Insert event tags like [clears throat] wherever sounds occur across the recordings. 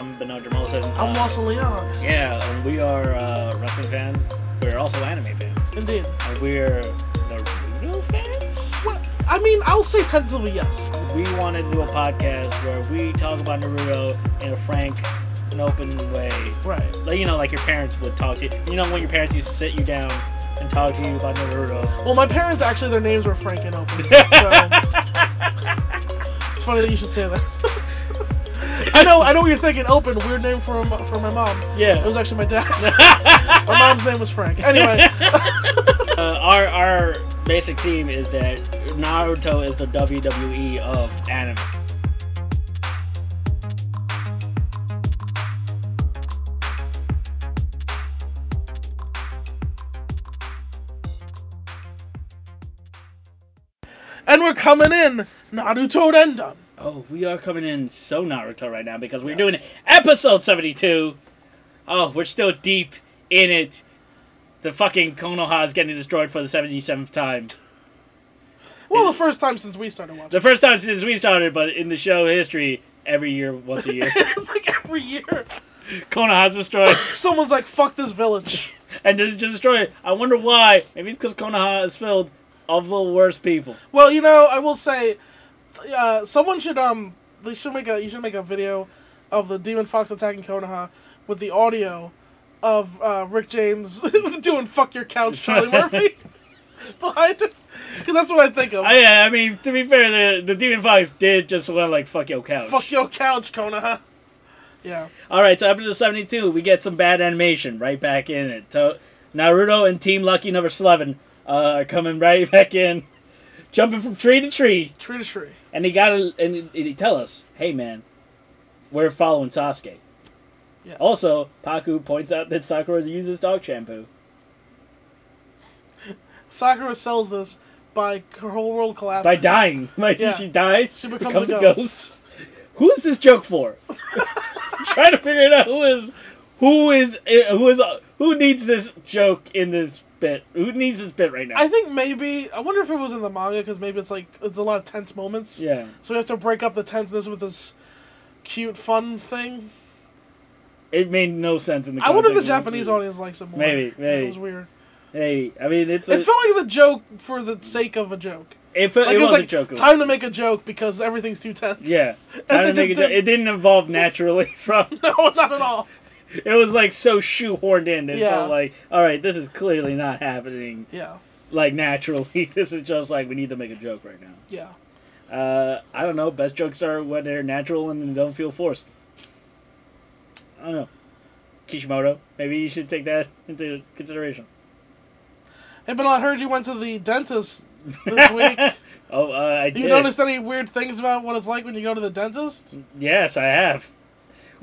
I'm Bernard Jamosa. and, I'm uh, Lawson Leon. Yeah, and we are uh, wrestling fans. We're also anime fans. Indeed. And we're Naruto fans? Well, I mean, I'll say tentatively yes. We want to do a podcast where we talk about Naruto in a frank and open way. Right. Like, you know, like your parents would talk to you. You know, when your parents used to sit you down and talk to you about Naruto. [laughs] Well, my parents actually, their names were Frank and Open. So it's funny that you should say that. [laughs] I know, I know what you're thinking. Open, weird name for m- for my mom. Yeah. It was actually my dad. [laughs] my mom's name was Frank. [laughs] Anyway, uh, our our basic theme is that Naruto is the WWE of anime. and we're coming in Naruto Rendon. Oh, we are coming in so Naruto right now because we're Yes. doing episode 72. Oh, we're still deep in it. The fucking Konoha is getting destroyed for the 77th time. Well, the first time since we started [laughs] watching. [laughs] The first time since we started, but in the show history, every year, once a [laughs] year, it's like every year, Konoha's destroyed. someone's like, "Fuck this village." And this is just destroyed. I wonder why. Maybe it's because Konoha is filled of the worst people. Well, you know, I will say, uh, someone should um, they should make a you should make a video of the Demon Fox attacking Konoha with the audio of uh, Rick James [laughs] doing "fuck your couch, Charlie Murphy" behind it, because that's what I think of. I, yeah, I mean, to be fair, the, the Demon Fox did just want like fuck your couch. Fuck your couch, Konoha. Yeah, All right, so episode seventy-two, we get some bad animation right back in it. So Naruto and Team Lucky number eleven uh, are coming right [laughs] back in, jumping from tree to tree, tree to tree. and they got to and they tell us, "Hey, man, we're following Sasuke." Yeah. Also, Paku points out that Sakura uses dog shampoo. Sakura sells this by her whole world collapsing. By dying, [laughs] like Yeah. she dies, she becomes, a ghost. Who is this joke for? [laughs] Trying to figure it out. Who is, who is, uh, who is, who needs this joke in this bit? Who needs this bit right now? I think maybe I wonder if it was in the manga because maybe it's like it's a lot of tense moments. yeah. So we have to break up the tenseness with this cute fun thing. It made no sense in the. I wonder if the context of Japanese movie. audience likes it more. Maybe, maybe. It was weird. Hey, I mean, it's. A, It felt like the joke for the sake of a joke. it, felt- Like it was, like a joke. It was- time to make a joke because everything's too tense. [laughs] Yeah. [laughs] And Time to they make a just joke. did It didn't evolve naturally [laughs] from. No, not at [laughs] all. It was like so shoehorned in. It Yeah. felt like, all right, this is clearly not happening Yeah, like naturally. [laughs] This is just like we need to make a joke right now. yeah. Uh, I don't know. Best jokes are when they're natural and they don't feel forced. I don't know. Kishimoto, maybe you should take that into consideration. Hey, but I heard you went to the [laughs] dentist this week. oh, uh, I did. you noticed any weird things about what it's like when you go to the dentist? Yes, I have.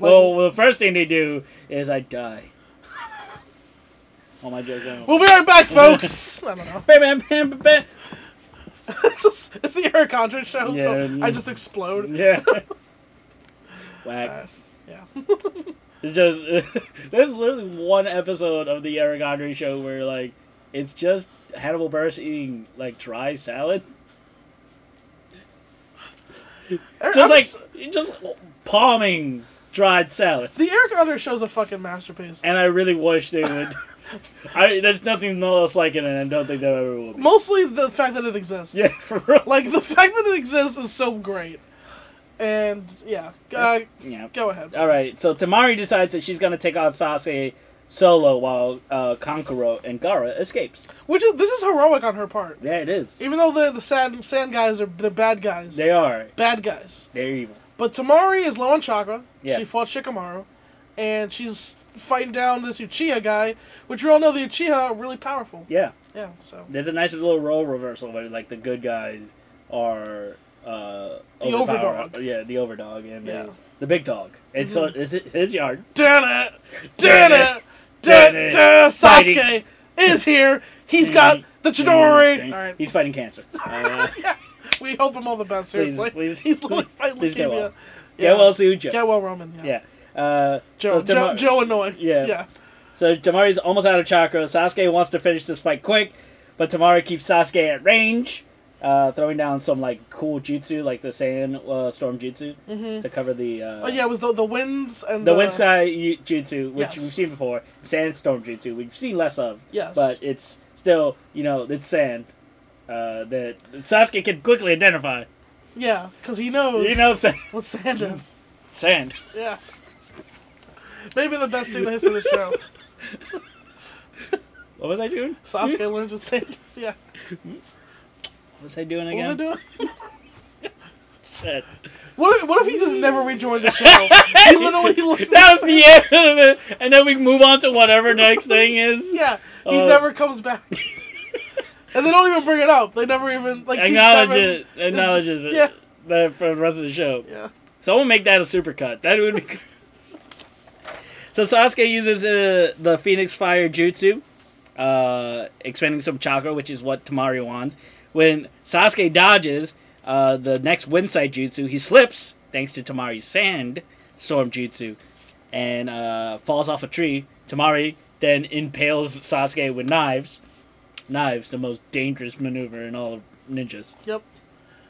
Like- Well, the first thing they do is I [laughs] die. All my jokes are. We'll be right [laughs] back, folks. I don't know. [laughs] Bam, bam, bam, bam, bam. it's, just- it's the Eric Andre show, so Yeah. I just [laughs] explode. Yeah. Whack. Uh, yeah. [laughs] It's just [laughs] there's literally one episode of the Eric Andre show where like it's just Hannibal Buress eating like dry salad, Eric- just I'm like s- just palming dried salad. The Eric Andre show's a fucking masterpiece. And I really wish they would. I there's nothing else like it, and I don't think there ever will. [laughs] Be. Mostly the fact that it exists. Yeah, for real. Like the [laughs] fact that it exists is so great. And yeah, uh, Yeah. go ahead. All right. So Tamari decides that she's gonna take on Sasuke solo while uh, Konkoro and Gara escapes. Which is this is heroic on her part. Yeah, it is. Even though the the sad sand guys are the bad guys. They are. bad guys. They're evil. But Tamari is low on chakra. Yeah. She fought Shikamaru, and she's fighting down this Uchiha guy, which we all know the Uchiha are really powerful. Yeah. Yeah. So There's a nice little role reversal where like the good guys are uh, The overpower- overdog. Yeah, the overdog and Yeah. the, the big dog. And so Mhm. it's his his yard. Dun it, dun it, dun Dun it. it. Sasuke is here. He's got the Chidori. All right. He's fighting [laughs] cancer. Uh, yeah. We hope him all the best. Please, Seriously, please, [laughs] he's literally fighting please get leukemia. well. Yeah. Get well, soon, Joe. Get well, Roman. Yeah. Yeah. Uh, Joe, so, Joe, Tamar- Joe annoyed. Yeah. yeah. so Tamari's almost out of chakra. Sasuke wants to finish this fight quick, but Tamari keeps Sasuke at range. uh, throwing down some like cool jutsu, like the sand uh, storm jutsu, Mm-hmm. to cover the. Uh, Oh yeah, it was the the winds and The wind sky Yu- jutsu, which Yes. we've seen before, sandstorm jutsu, we've seen less of, Yes. but it's still, you know, it's sand uh, that Sasuke can quickly identify. yeah, because he knows. You know, sa- what sand is. sand. Yeah. Maybe the best scene in the history of the [laughs] show. What was I doing? Sasuke learns what sand is. Yeah. What was I doing What was again? I doing? Shit. What if, what if he just never rejoined [laughs] the show? he literally looks that was at the sand. end of it, and then we move on to whatever next thing [laughs] is. [laughs] Yeah, he Oh. never comes back. and they don't even bring it up. They never even like Team acknowledge Seven- it. Acknowledges just- it. yeah. The, for the rest of the show. Yeah. Someone make that a supercut. That would be. [laughs] so Sasuke uses uh, the Phoenix Fire Jutsu, uh, expending some chakra, which is what Tamari wants. When Sasuke dodges uh, the next Windside Jutsu, he slips thanks to Tamari's Sand Storm Jutsu, and uh, falls off a tree. Tamari then impales Sasuke with knives. Knives, the most dangerous maneuver in all of ninjas.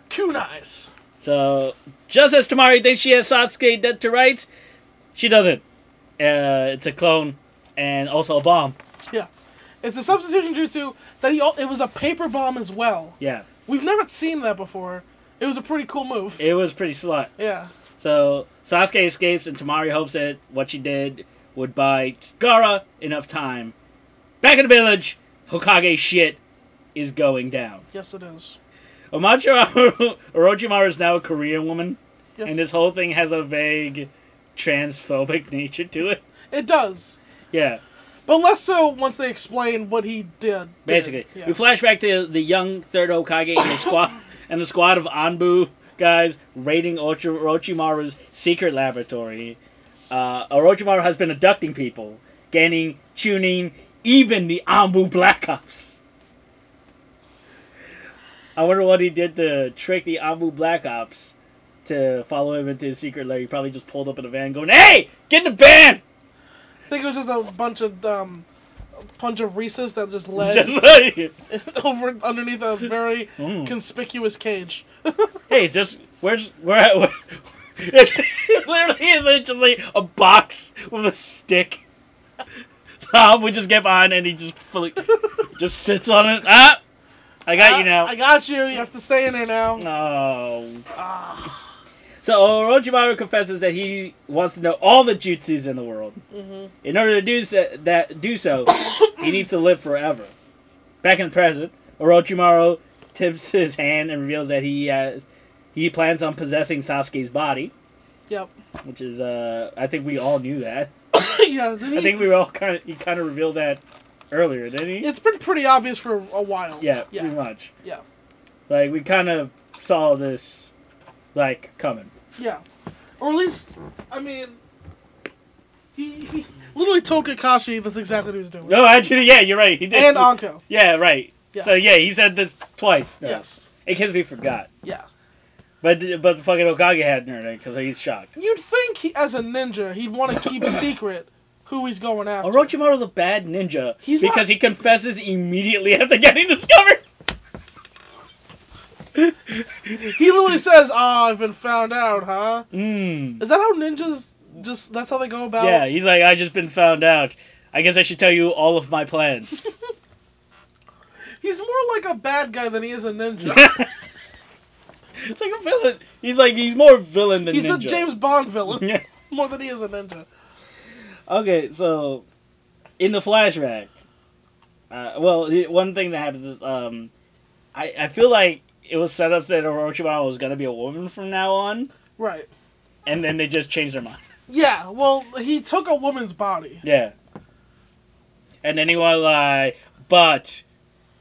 Kunai's. So, just as Tamari thinks she has Satsuke dead to rights, she doesn't. Uh, it's a clone and also a bomb. It's a substitution jutsu that he. al- It was a paper bomb as well. Yeah, We've never seen that before. It was a pretty cool move. it was pretty slut. yeah. So, Sasuke escapes, and Tamari hopes that what she did would buy Gara enough time. Back in the village, Hokage shit is going down. Yes, it is. Omachimaru, Orochimaru [laughs] is now a Korean woman, Yes. and this whole thing has a vague transphobic [laughs] nature to it. It does. Yeah. But less so once they explain what he did. did. Basically, Yeah. we flash back to the young third Okage and the squad and the squad of Anbu guys raiding Ochi- Orochimaru's secret laboratory. Uh, Orochimaru has been abducting people, gaining, tuning, even the Anbu Black Ops. I wonder what he did to trick the Anbu Black Ops to follow him into his secret lair. He probably just pulled up in a van, going, "Hey, get in the van!" I think it was just a bunch of um, a bunch of Reese's [laughs] that just led Just like- [laughs] over underneath a very Mm. conspicuous cage. hey, it's just where's where? [laughs] where it literally is just like a box with a stick. [laughs] Tom would just get behind and he just fully, just sits on it. Ah, I got you Oh, now. I got you. You have to stay in there now. No. Ah. [laughs] So Orochimaru confesses that he wants to know all the jutsus in the world. Mhm. In order to do so, that do so, he needs to live forever. Back in the present, Orochimaru tips his hand and reveals that he has he plans on possessing Sasuke's body, Yep. which is uh I think we all knew that. yeah. didn't I he- think we were all kind of he kind of revealed that earlier, didn't he? It's been pretty obvious for a while. yeah, pretty Yeah. much. Yeah. Like we kind of saw this like coming. Yeah. Or at least, I mean, he, he literally told Kakashi that's exactly what he was doing. No, actually, yeah, you're right. He did. And Anko. Yeah, right. Yeah. So yeah, he said this twice. No. Yes. In case we forgot. Yeah. But but the fucking Okage hadn't heard it because he's shocked. You'd think, he, as a ninja, he'd want [coughs] to keep secret who he's going after. Orochimaru's a bad ninja He's because not- he confesses immediately [laughs] after getting discovered. [laughs] He literally says, "Ah, I've been found out, huh?" Mm. Is that how ninjas just? That's how they go about. Yeah, he's like, I just been found out. I guess I should tell you all of my [laughs] plans. [laughs] He's more like a bad guy than he is a [laughs] ninja. it's like a villain. He's like he's more villain than he's ninja. a James Bond [laughs] villain [laughs] Yeah. more than he is a ninja. Okay, so in the flashback, uh, well, the- one thing that happens is um, I, I feel like it was set up that Orochimaru was gonna be a woman from now on, Right. and then they just changed their mind. Yeah. Well, he took a woman's body. Yeah. And then he was like, but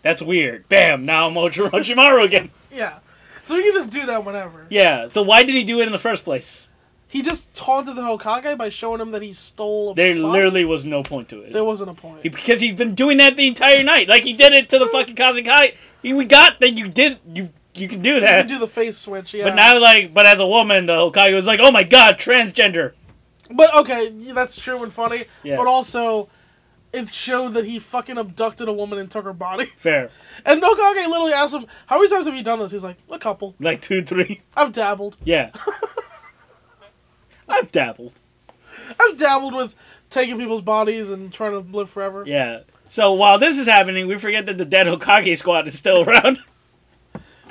that's weird. Bam! Now I'm Orochimaru again. Yeah. So he can just do that whenever. Yeah. So why did he do it in the first place? He just taunted the Hokage by showing him that he stole. A There body. literally was no point to it. There wasn't a point. He- because he's been doing that the entire night. Like he did it to the fucking Cosmic High. He, we got that you did you you can do You can that. do the face switch. Yeah. But now like but as a woman the Hokage was like, Oh my god, transgender. But okay, yeah, that's true and funny. Yeah. But also, it showed that he fucking abducted a woman and took her body. [laughs] Fair. And Nokage literally asked him, How many times have you done this? He's like, A couple. Like two, three. I've dabbled. Yeah. I've dabbled. I've dabbled with taking people's bodies and trying to live forever. Yeah. So while this is happening, we forget that the dead Hokage squad is still [laughs] around.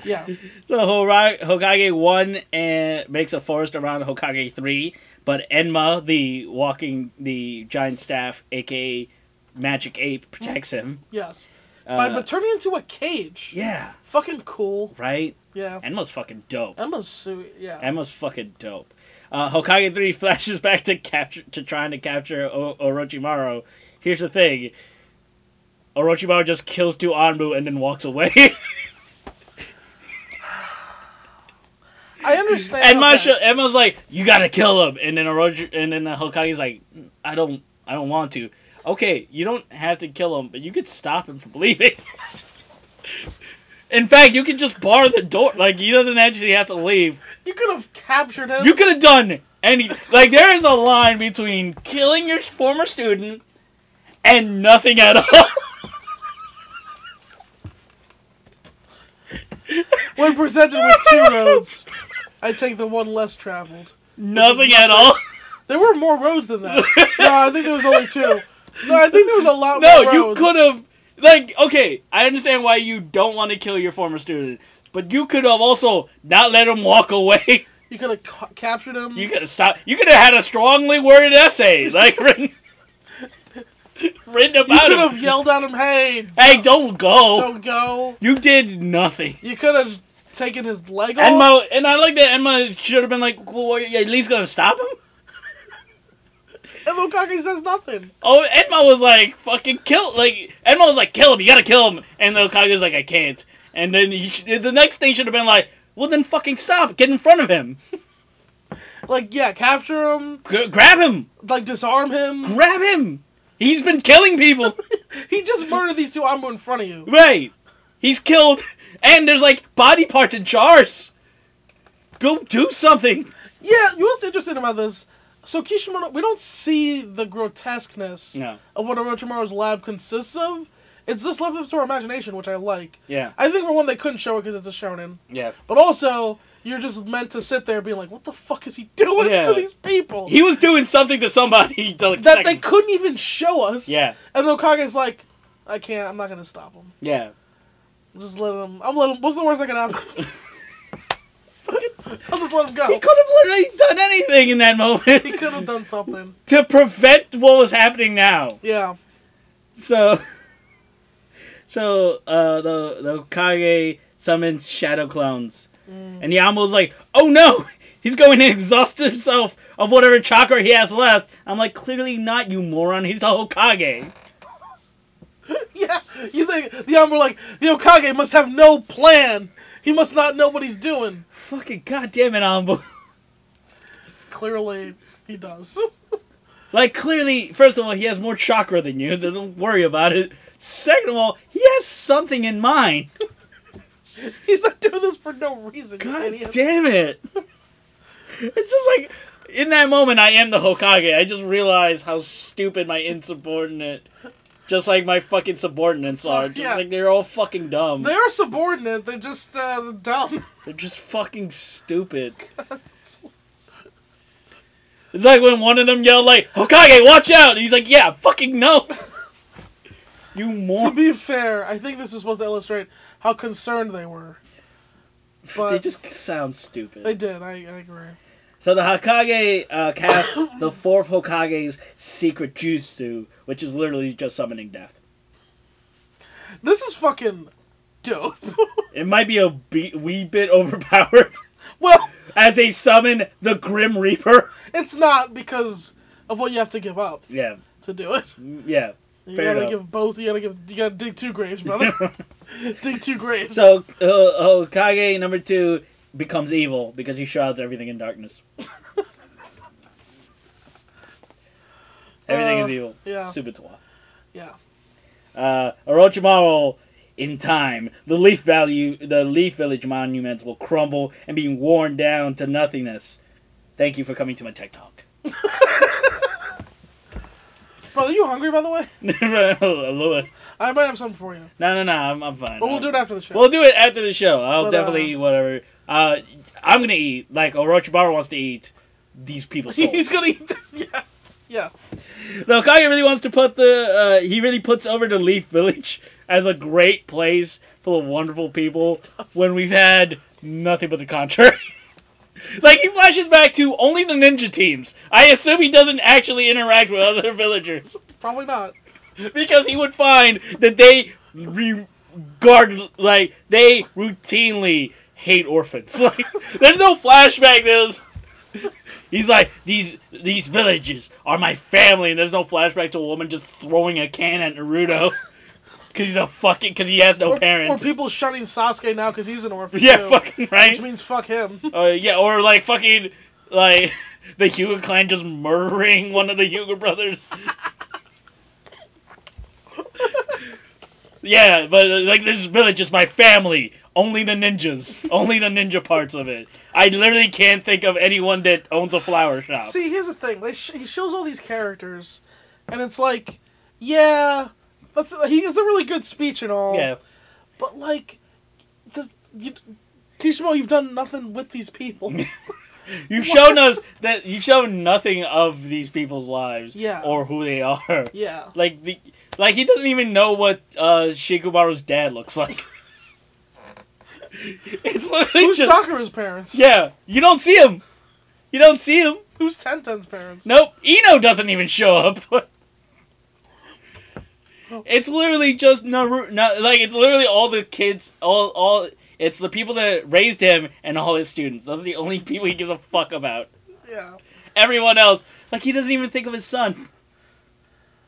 Yeah. So Hora- Hokage 1 and makes a forest around Hokage 3, but Enma, the walking, the giant staff, aka Magic Ape, protects him. Yes. Uh, but, but turning into a cage. yeah, Fucking cool. right? Yeah. Enma's fucking dope. Emma's suit. Yeah. Enma's fucking dope. Uh, Hokage 3 [laughs] flashes back to capture to trying to capture o- Orochimaru. Here's the thing. Orochimaru just kills two Anbu and then walks away. [laughs] I understand. And my okay. show, Emma's like, "You gotta kill him," and then Orochi, and then the Hokage's like, "I don't, I don't want to." Okay, you don't have to kill him, but you could stop him from [laughs] leaving. In fact, you could just bar the door. Like he doesn't actually have to leave. You could have captured him. You could have done any. Like there is a line between killing your former student and nothing at all. [laughs] When presented with two roads, I take the one less traveled. nothing at all. There were more roads than that. No, I think there was only two. No, I think there was a lot No, more roads. you could have. Like, okay, I understand why you don't want to kill your former student, but you could have also not let him walk away. [laughs] You could have ca- captured him. You could have stopped. You could have had a strongly worded essay, like [laughs] written, written You about could him. Oh. have yelled at him, hey, Hey, don't go. don't go. You did nothing. You could have taken his leg off. Enma, and I like that Enma should have been like, well, are you at least gonna stop him? And Lukaku says nothing. Oh, Enma was like, fucking kill, like, Enma was like, kill him, you gotta kill him. And Okage's like, I can't. And then you sh- the next thing should have been like, well, then fucking stop, get in front of him. Like, yeah, capture him. G- grab him, Like, disarm him. grab him. He's been killing [laughs] people. [laughs] He just murdered these two Ambu in front of you. right. He's killed, and there's like body parts in jars. Go do something. Yeah, you know what's interesting about this? So Kishimoto, we don't see the grotesqueness No. of what Orochimaru's lab consists of. It's just left up to our imagination, which I like. Yeah. I think for one, they couldn't show it because it's a shonen. Yeah. But also, you're just meant to sit there being like, what the fuck is he doing Yeah. to these people? He was doing something to somebody. [laughs] To, like, that they second- couldn't even show us. Yeah. And then Okage's like, I can't, I'm not going to stop him. Yeah. Just let him, I'm let him, what's the worst that [laughs] can happen? [laughs] I'll just let He him go. could have literally done anything in that moment. He could have done something. [laughs] to prevent what was happening now. Yeah. So, [laughs] so uh, the the Kage summons shadow clones, Mm. and Yamo's like, "Oh no, [laughs] he's going to exhaust himself of whatever chakra he has left." I'm like, "Clearly not, you moron. He's the Hokage." [laughs] Yeah. You think, the Amber like, the Okage must have no plan. He must not know what he's doing. Fucking goddamn it, Ambo. [laughs] Clearly, he does. [laughs] Like, clearly, first of all, he has more chakra than you. [laughs] then Don't worry about it. Second of all, he has something in mind. he's not doing this for no reason, you God idiot. damn it! [laughs] It's just like in that moment, I am the Hokage. I just realize how stupid my insubordinate, just like my fucking subordinates So, are. Just yeah. like they're all fucking dumb. They are subordinate. They're just uh, [laughs] dumb. They're just fucking stupid. It's like when one of them yelled like Hokage, watch out! And he's like, yeah, fucking [laughs] no. You to more. be fair, I think this is supposed to illustrate how concerned they were. [laughs] They But just sound stupid. they did. I, I agree. So the Hokage uh, casts the fourth Hokage's secret jutsu, which is literally just summoning death. This is fucking dope. [laughs] It might be a be- wee bit overpowered [laughs] well, as they summon the Grim Reaper. it's not because of what you have to give up Yeah, to do it. yeah. [laughs] You Fair gotta enough. give both. You gotta give. You gotta dig two [laughs] graves, brother. dig two graves. so uh, Hokage number two becomes evil because he shrouds everything in darkness. [laughs] everything Uh, is evil. yeah. Subatoa. Yeah. Uh, Orochimaru, in time, the leaf value, the leaf village monuments will crumble and be worn down to [laughs] nothingness. Thank you for coming to my tech talk. Bro, are you hungry by the way? Aloha. I might have some for you. No, no, no. I'm, I'm fine. But we'll I'm- do it after the show. We'll [laughs] do it after the show. I'll But, definitely uh, eat whatever. Uh, I'm gonna eat like Orochimaru wants to eat these [laughs] people's souls. He's gonna eat this. Yeah. Yeah. No, Kage really wants to put the. Uh, he really puts over the Leaf Village [laughs] as a great place full of wonderful people when we've had nothing but the contrary. [laughs] like he flashes back to only the ninja teams. I assume he doesn't actually interact with other [laughs] villagers Probably not. because he would find that they regard like they routinely hate orphans. [laughs] Like there's no flashback. There's he's like these these villages are my family, and there's no flashback to a woman just throwing a can at Naruto [laughs] because he's a fucking because he has no or, parents. or people shunning Sasuke now because he's an orphan. yeah, too, fucking right. Which means fuck him. Uh, yeah, or like fucking like [laughs] the Hugo clan just murdering one of the Hugo brothers. [laughs] yeah, but uh, like this village is my family. Only the ninjas. Only the ninja parts of it. I literally can't think of anyone that owns a flower shop. See, here's the thing. They sh- he shows all these characters, and it's like, yeah, that's he gets a really good speech and all. yeah, But like, the, you, Kishimo, you've done nothing with [laughs] these people. oh, you've shown us that you've shown nothing of these people's lives Yeah. or who they are. yeah. Like the like he doesn't even know what uh Shikumaru's dad looks like. it's literally Who's just Sakura's parents? Yeah. You don't see him. You don't see him. Who's Tenten's parents? Nope. Eno doesn't even show up. [laughs] it's literally just Naruto no, like it's literally all the kids all all it's the people that raised him and all his students. Those are the only people he gives a fuck about. Yeah. Everyone else, like he doesn't even think of his son.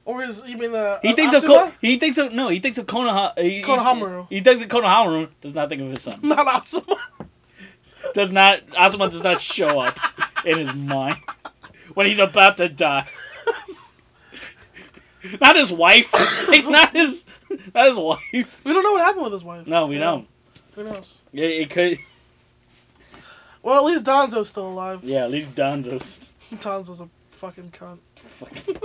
Or is you mean the He uh, thinks of Asuma? Ko- he thinks of no he thinks of Konoha he, Konohamaru. He, he thinks of Konohamaru does [laughs] not think of his son. Not Asuma. Does not Asuma does not show up in his mind when he's about to die. Not his wife. [laughs] Like, not his not his wife. We don't know what happened with his wife. No, we Yeah, don't. Who knows? It, it could Well, at least Danzo's still alive. yeah, at least Danzo's Danzo's a fucking cunt. [laughs] fucking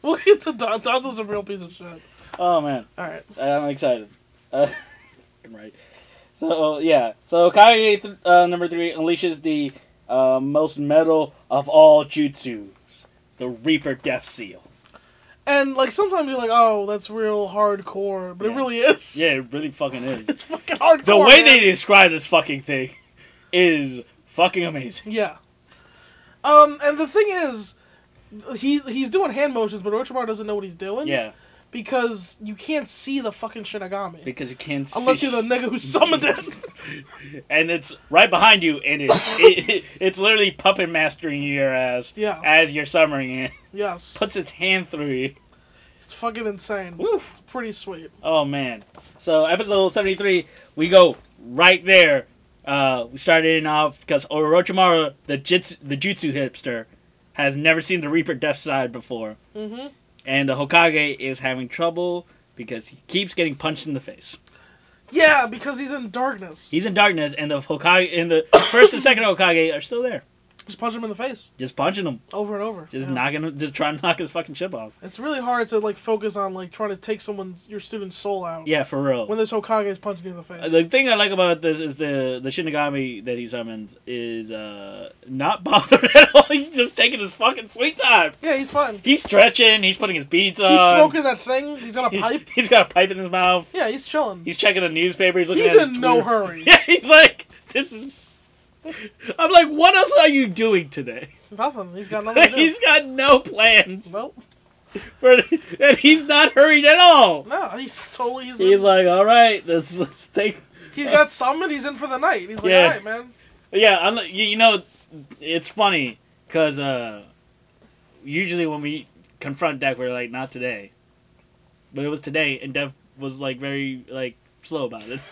We'll get to Don. Donzo's a real piece of shit. Oh man. Alright. I'm excited. Uh, [laughs] right. So yeah. So Kage th- uh, number three unleashes the uh, most metal of all jutsus, the Reaper Death Seal. And, like, sometimes you're like, oh, that's real hardcore. But it Yeah. really is. Yeah, it really fucking is. It's [laughs] fucking hardcore. The way man. they describe this fucking thing is fucking amazing. Yeah. Um, and the thing is, he, he's doing hand motions, but Orochimaru doesn't know what he's doing. Yeah, Because you can't see the fucking Shinigami. because you can't see. Unless [laughs] you're the nigga who summoned it. and it's right behind you, and [laughs] it, it it's literally puppet mastering your ass yeah. as you're summering it. Yes. Puts its hand through you. It's fucking insane. Woo. It's pretty sweet. Oh man. So episode seventy three, we go right there. Uh, we started it off because Orochimaru, the jitsu, the jutsu hipster, has never seen the Reaper Death Side before, hmm and the Hokage is having trouble because he keeps getting punched in the face. Yeah, because he's in darkness. He's in darkness, and the Hokage and the [coughs] first and second Hokage are still there, Just punch him in the face just punching him, over and over. just Yeah. knocking him, just trying to knock his fucking chip off. It's really hard to like focus on like trying to take someone's your student's soul out. Yeah, for real. When this Hokage is punching you in the face. Uh, The thing I like about this is the the Shinigami that he summons is uh, not [laughs] bothered at all. He's just taking his fucking sweet time. yeah, he's fine. He's stretching. He's putting his beads on. He's smoking that thing. [laughs] He's got a He- pipe. he's got a pipe in his mouth. Yeah, he's chilling. He's checking a newspaper. He's looking he's at his in no Twitter. hurry. [laughs] Yeah, he's like, this is. I'm like, what else are you doing today? Nothing. He's got nothing to [laughs] do. he's got no plans Nope. for, and he's not hurried at all. No, he's totally. He's, He's in, like, all right, let's, let's [laughs] take he's got summoned. He's in for the night. He's like, Yeah. all right, man. Yeah, I'm, you you know, it's funny because uh, usually when we confront Deck, we're like, not today. But it was today, and Dev was like very like slow about it. [laughs]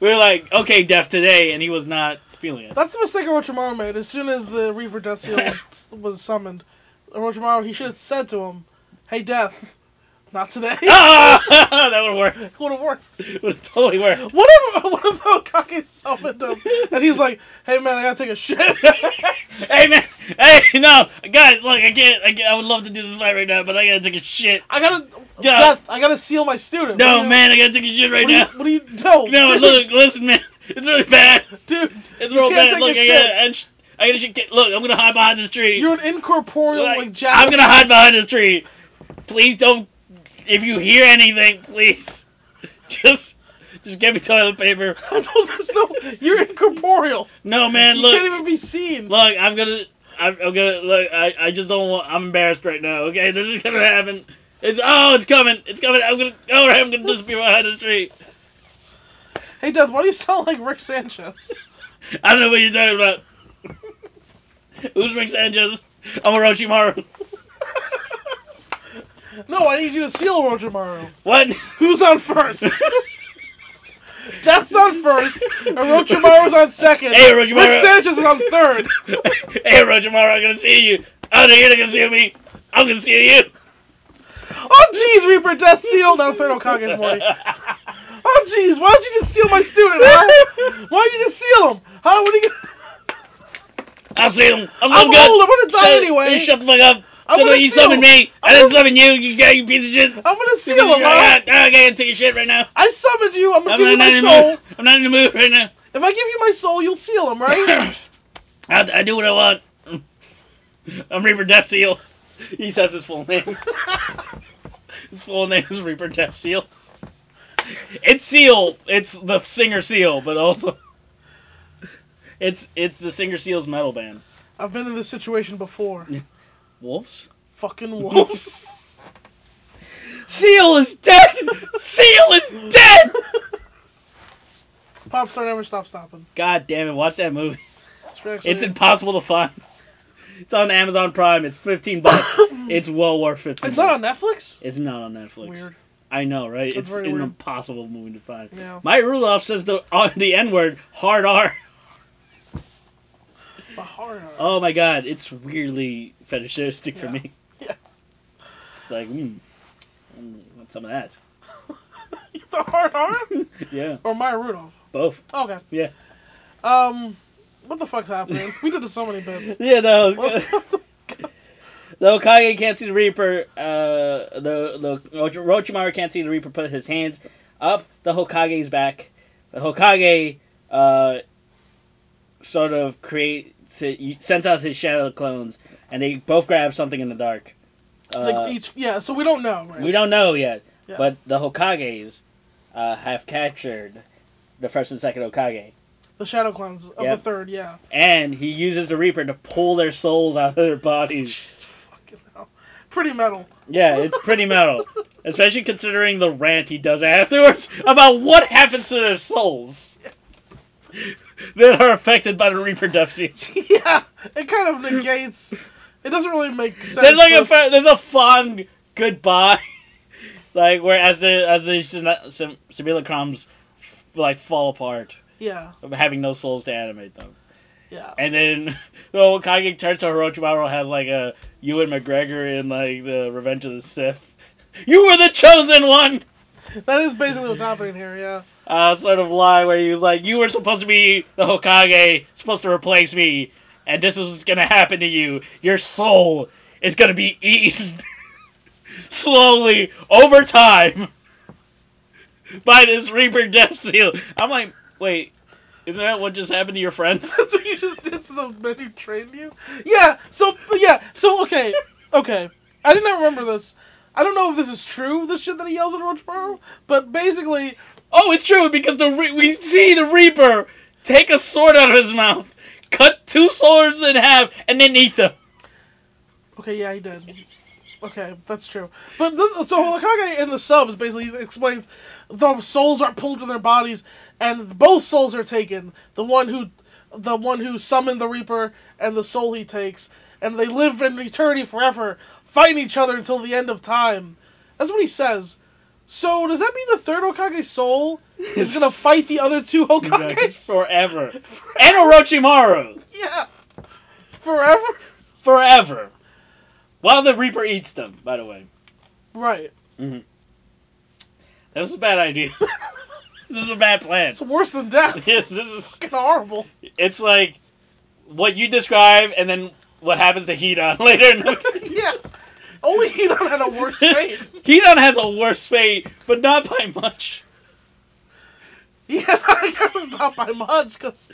We were like, okay, Def, today, and he was not feeling it. [laughs] That's the mistake Orochimaru made. As soon as the Reaper Death Seal was summoned, Orochimaru he should have said to him, "Hey, Death, [laughs] not today." [laughs] ah, that would work. Would have worked. Would totally work. [laughs] What if [laughs] what if Hokage summoned him and he's like, "Hey man, I gotta take a shit." [laughs] hey man, Hey, no, guys, look, I can't, I can't. I would love to do this fight right now, but I gotta take a shit. I gotta, Yeah. Beth, I gotta seal my student. No, What do you- man, I gotta take a shit right What do you, now. what do you, no, No, [laughs] dude, look, listen, man, it's really bad. dude, It's You real can't bad. take Look, a I shit. gotta, I sh- I gotta shit. Look, I'm gonna hide behind this tree. you're an incorporeal Like, like, I'm Japanese. gonna hide behind this tree. Please don't. If you hear anything, please, [laughs] just, just get me toilet paper. [laughs] no, there's no, you're incorporeal. No, man, you look, can't even be seen. look, I'm gonna, I'm, I'm gonna look. I, I just don't want. I'm embarrassed right now. Okay, this is gonna happen. It's oh, it's coming, it's coming. I'm gonna, all right, I'm gonna disappear behind this tree. Hey, Death, why do you sound like Rick Sanchez? I don't know what you're talking about. Who's Rick Sanchez? I'm Orochimaru. No, I need you to seal Roger Morrow. What? [laughs] Who's on [laughs] first? Death's on first. Orochimaru's on second. Hey, Orochimaru. Rick Sanchez is on third. hey, Orochimaru, I'm gonna see you. Oh, no, you're not gonna see me. I'm gonna see you. Oh, jeez, Reaper, Death sealed. Now third Okage's Mori. Oh, jeez, why don't you just seal my student, [laughs] huh? Why don't you just seal him? Huh? What are you gonna... [laughs] I'll see him. I'll see I'm him good. old. I'm gonna die Hey, anyway. You shut the fuck up. I'm So gonna you seal summoned me. I I'm didn't gonna- summon you. You got you piece of shit. I'm gonna You seal piece of him, shit. huh? I got- I gotta take a shit right now. I summoned you. I'm gonna I'm give you not my in the soul. mood. I'm not in the mood right now. If I give you my soul, you'll seal him, right? I, I do what I want. I'm Reaper Death Seal. He says his full [laughs] name. his full name is Reaper Death Seal. It's Seal. It's the singer Seal, but also it's it's the singer Seal's metal band. I've been in this situation before. Wolves. [laughs] Fucking wolves. Seal is dead. Seal is dead. Popstar never stop stopping. God damn it! Watch that movie. It's, actually- It's impossible to find. It's on Amazon Prime. It's fifteen [laughs] bucks. it's well worth fifteen. It's not on bucks. Netflix. It's not on Netflix. Weird. I know, right? That's It's very an weird. impossible movie to find. Yeah. My Ruloff says the [laughs] uh, the N word hard R. The horror. Oh my god, it's weirdly fetishistic for Yeah. me. [laughs] Yeah. It's like, hmm, I want some of [laughs] that. [laughs] the hard R? [laughs] Yeah, Or Maya Rudolph? both. Okay. Yeah. Um, what the fuck's happening? We did so many [laughs] bits. [laughs] Yeah, no. What- Though Kage can't see the Reaper, uh, the the Orochi- Orochimaru can't see the Reaper put his hands up the Hokage's back. The Hokage uh, sort of creates it, sends out his shadow clones, and they both grab something in the dark. Uh, like each, yeah. So we don't know, right? we don't know yet, Yeah. but the Hokages uh, have captured the first and second Hokage, The Shadow Clones of Yeah. the [laughs] third, yeah. and he uses the Reaper to pull their souls out of their bodies. Jeez, fucking hell. Pretty [laughs] metal. [laughs] Yeah, it's pretty metal. Especially considering the rant he does afterwards about what happens to their souls [laughs] that are affected by the Reaper Death Seal. yeah, it kind of negates. It doesn't really make sense. There's like a with- fa- there's a fond goodbye, [laughs] like where as the as the sina- sim- simulacrums like fall apart, yeah, of having no souls to animate them, yeah. and then [laughs] the old Kage turns to Orochimaru has like a Ewan McGregor in like the Revenge of the Sith. You were the chosen one. That is basically what's happening here. Yeah, uh, sort of lie where he was like, "You were supposed to be the Hokage, supposed to replace me, and this is what's gonna happen to you. Your soul is gonna be eaten [laughs] slowly over time [laughs] by this Reaper Death Seal." I'm like, wait. Isn't that what just happened to your friends? [laughs] [laughs] that's what you just did to the men who trained you. Yeah. So yeah. So okay, okay. I did not remember this. I don't know if this is true. This shit that he yells at Roachboro, but basically, Oh, it's true because the re- we see the Reaper take a sword out of his mouth, cut two swords in half, and then eat them. okay, yeah, he did. Okay, that's true. But this, so Hokage in the subs basically explains the souls are pulled from their bodies, and both souls are taken. The one who, the one who summoned the Reaper, and the soul he takes, and they live in eternity forever, fighting each other until the end of time. That's what he says. So does that mean the third Hokage's soul is gonna fight the other two Hokages? [laughs] Forever. And Orochimaru. [laughs] Yeah, forever. forever. While the Reaper eats them, by the way. Right. That was a bad idea. [laughs] this is a bad plan. It's worse than death. [laughs] Yes, [laughs] this is Fucking horrible. it's like what you describe and then what happens to Hedon [laughs] later in the [laughs] yeah. Only he don't had a [laughs] worse fate. Hedon has a worse fate, but not by much. Yeah, [laughs] I guess it's not by much because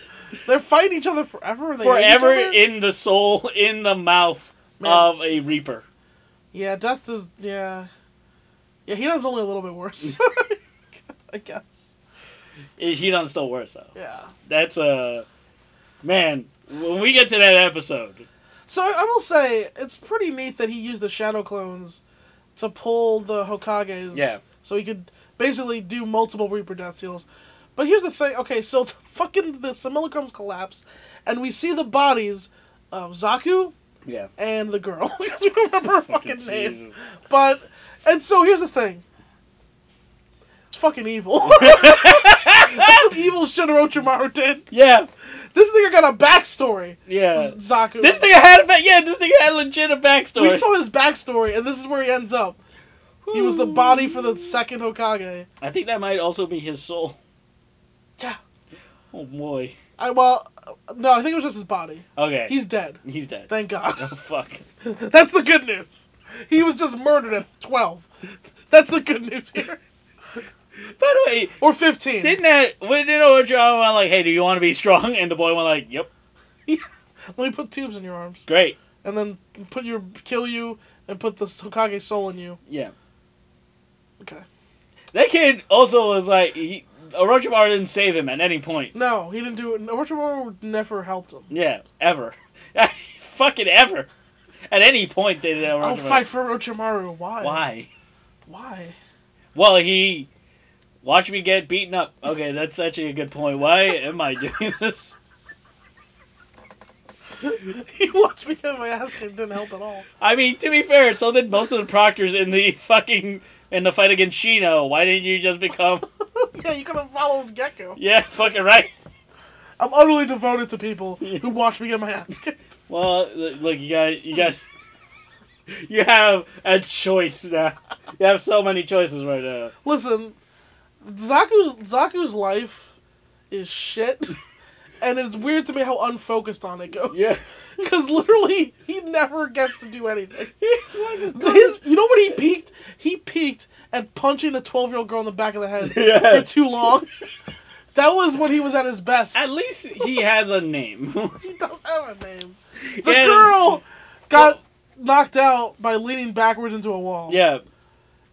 they're fighting each other forever. They hate each Forever other? in the soul, in the mouth Man. of a reaper. Yeah, death is yeah. Yeah, he does only a little bit worse. Mm. [laughs] I guess. Eh, Hedon's still worse though. Yeah. That's a man. When we get to that episode, So I I will say it's pretty neat that he used the shadow clones to pull the Hokages. Yeah. So he could basically do multiple Reaper Death Seals. But here's the thing. Okay, so [laughs] the fucking the simulacrums collapse, and we see the bodies of Zaku yeah. and the girl [laughs] because we don't [laughs] remember her fucking name. Jesus. But and so here's the thing. It's fucking evil. [laughs] That's some evil shit Orochimaru did. yeah, This nigga got a backstory. yeah. Z- Zaku. This thing had a ba- yeah. This thing had legit a backstory. We saw his backstory, and this is where he ends up. He was the body for the second Hokage. I think that might also be his soul. Yeah. Oh boy. I well, no, I think it was just his body. Okay. He's dead. he's dead. Thank Oh [laughs] God. [laughs] fuck. That's the good news. He was just murdered at twelve. That's the good news here. By the way, Or fifteen. didn't that when you know what John went like, hey, do you want to be strong? And the boy went like, yep, Let me put tubes in your arms, great. and then put your kill you, and put the Hokage soul in you. Yeah. Okay. That kid also was like, he, Orochimaru didn't save him at any point. No, he didn't do it. Orochimaru never helped him. Yeah, ever. [laughs] Fucking ever. At any point did Orochimaru. I'll fight for Orochimaru. Why? Why? Why? [laughs] Well, he watched me get beaten up. Okay, that's actually a good point. Why am I doing [laughs] this? he watched me get my ass kicked. Didn't help at all. [laughs] I mean, to be fair, so did most of the proctors in the fucking in the fight against Shino. Why didn't you just become? [laughs] yeah, you could have followed Gecko. Yeah, fucking right. I'm utterly devoted to people who watch me get my ass kicked. Well, l- look, you guys, you guys, you have a choice now. You have so many choices right now. Listen, Zaku's Zaku's life is shit, and it's weird to me how unfocused on it goes. [laughs] Yeah. because literally he never gets to do anything. This- His, you know what he peaked? He peaked at punching a 12 year old girl in the back of the head Yeah. for too long. That was when he was at his best. At least he has a name. he does have a name. [laughs] The Yeah. girl got knocked out by leaning backwards into a wall. yeah,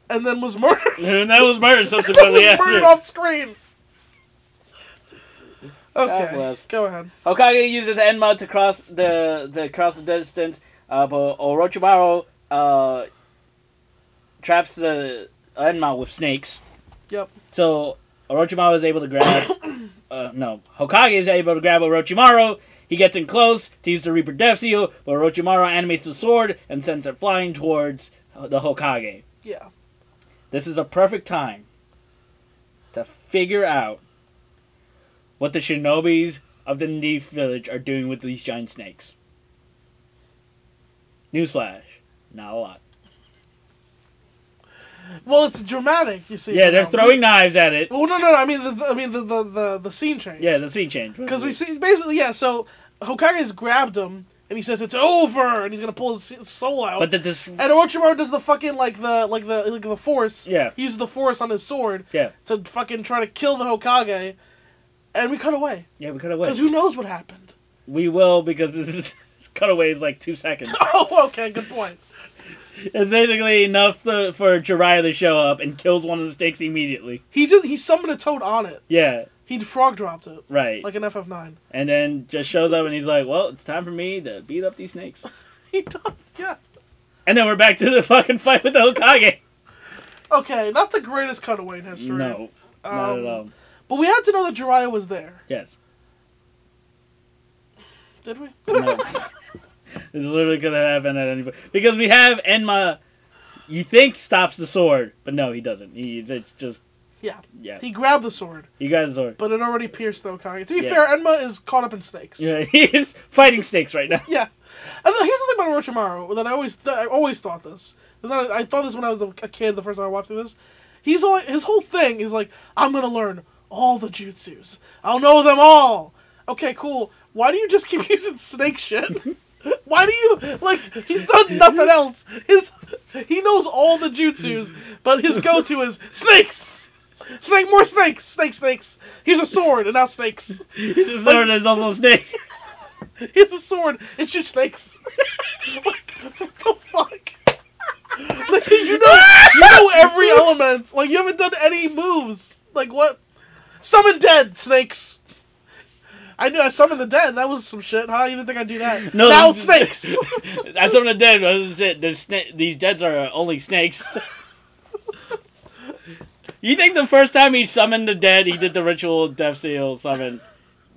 And then was [laughs] murdered. [laughs] and that was murder and subsequently was murdered after. off screen. Okay. God bless. Go ahead. Hokage uses Enma to cross the to cross the distance, uh, but Orochimaru uh, traps the Enma with snakes. Yep. So Orochimaru is able to grab. [coughs] uh, no, Hokage is able to grab Orochimaru. He gets in close to use the Reaper Death Seal, but Orochimaru animates the sword and sends it flying towards the Hokage. Yeah. This is a perfect time to figure out what the shinobis of the Neef village are doing with these giant snakes. Newsflash, not a lot. Well, it's dramatic, you see. Yeah, they're now. Oh, throwing knives at it. Well, no, no, no. I mean, the, the- I mean, the the the, the scene change. Yeah, the scene change. Because we see basically, yeah. So Hokage's grabbed him, and he says it's over, and he's gonna pull his soul out. but the, this, and Orochimaru does the fucking like the like the like the force. Yeah. He uses the force on his sword yeah, to fucking try to kill the Hokage, and we cut away yeah, we cut away. because who knows what happened. [laughs] We will because this is [laughs] cutaway is like two [laughs] seconds. oh, okay, good point. it's basically enough to, for Jiraiya to show up and kills one of the snakes immediately. He just he summoned a toad on it. Yeah, He frog dropped it right. like an FF nine. [laughs] and then just shows up and he's like, "Well, it's time for me to beat up these snakes." He does, yeah. And then we're back to the [laughs] fucking fight with the Hokage. Okay, not the greatest cutaway in history. No, not Um, at all. But we had to know that Jiraiya was there, Yes, did we? no. [laughs] this literally could have happened at any point because we have Enma. You think stops the sword, but no, he doesn't. He it's just Yeah. yeah. [laughs] He grabbed the sword. He got the sword. [laughs] But it already pierced the Okage. To be Yeah. fair, Enma is caught up in snakes. Yeah, he's fighting snakes right now. [laughs] Yeah. And here's the thing about Orochimaru that I always that I always thought this. It's not, I thought this when I was a kid. The first time I watched this, he's all, his whole thing is like, I'm gonna learn all [laughs] the [laughs] jutsus. I'll know them all. Okay, cool. Why do you just keep using snake shit? Why do you like? He's done nothing else. His he knows all the jutsus, but his go-to is snakes. Snake, more snakes, snake, snakes. Here's a sword, and not snakes. He's just like, known as also snake. Here's a sword. It shoots snakes. [laughs] like what the fuck? Like, you know, you know every element. Like you haven't done any moves. Like what? Summon dead snakes. I knew I summoned the dead. That was some shit. Huh? You didn't think I'd do that? No. now [laughs] snakes. [laughs] That's some of the dead. But that's it. There's sna- these deads are only snakes. you think the first time he summoned the dead, he did the ritual death seal summon.